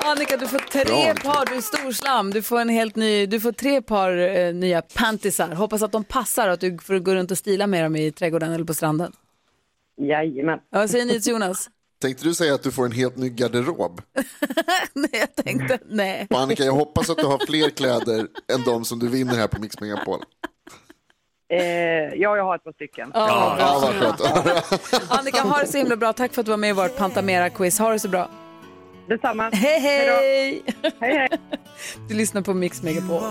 [SPEAKER 1] Annika, du får
[SPEAKER 10] Bra,
[SPEAKER 1] tre
[SPEAKER 10] Annika.
[SPEAKER 1] par, du är storslam. Du får, en helt ny, du får tre par eh, nya pantisar. Hoppas att de passar och att du får gå runt och stila med dem i trädgården eller på stranden.
[SPEAKER 10] Jajamän.
[SPEAKER 1] Ja, Vad säger ni till Jonas?
[SPEAKER 3] Tänkte du säga att du får en helt ny garderob?
[SPEAKER 1] Nej.
[SPEAKER 3] Och
[SPEAKER 1] *laughs*
[SPEAKER 3] Annika, jag hoppas att du har fler kläder än de som du vinner här på Mix Megapol.
[SPEAKER 10] Eh, ja, jag har ett par stycken.
[SPEAKER 1] Ja,
[SPEAKER 3] ja, vad skönt.
[SPEAKER 1] Annika, ha det så himla bra. Tack för att du var med i vårt Pantamera-quiz. Ha det så bra.
[SPEAKER 29] Detsamma.
[SPEAKER 1] Hej, hej!
[SPEAKER 29] Hej, hej!
[SPEAKER 1] Du lyssnar på Mix Megapol.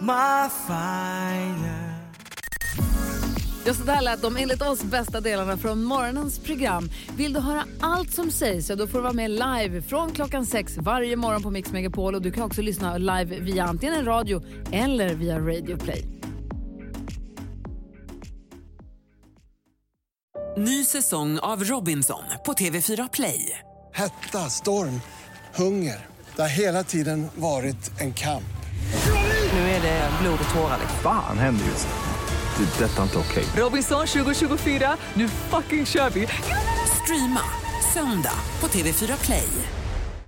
[SPEAKER 30] My fire.
[SPEAKER 1] Ja, så där lät de enligt oss bästa delarna från morgonens program. Vill du höra allt som sägs, ja, då får du vara med live från klockan sex varje morgon på Mix Megapol. Och du kan också lyssna live via antingen en radio eller via Radio Play.
[SPEAKER 15] *laughs* Ny säsong av Robinson på TV4 Play.
[SPEAKER 31] Hetta, storm, hunger. Det har hela tiden varit en kamp.
[SPEAKER 15] Nu är det blod och tårar.
[SPEAKER 12] Fan händer just nu. Det. är Detta är inte okej.
[SPEAKER 15] Robinson 2024, nu fucking kör vi! Streama söndag på TV4 Play.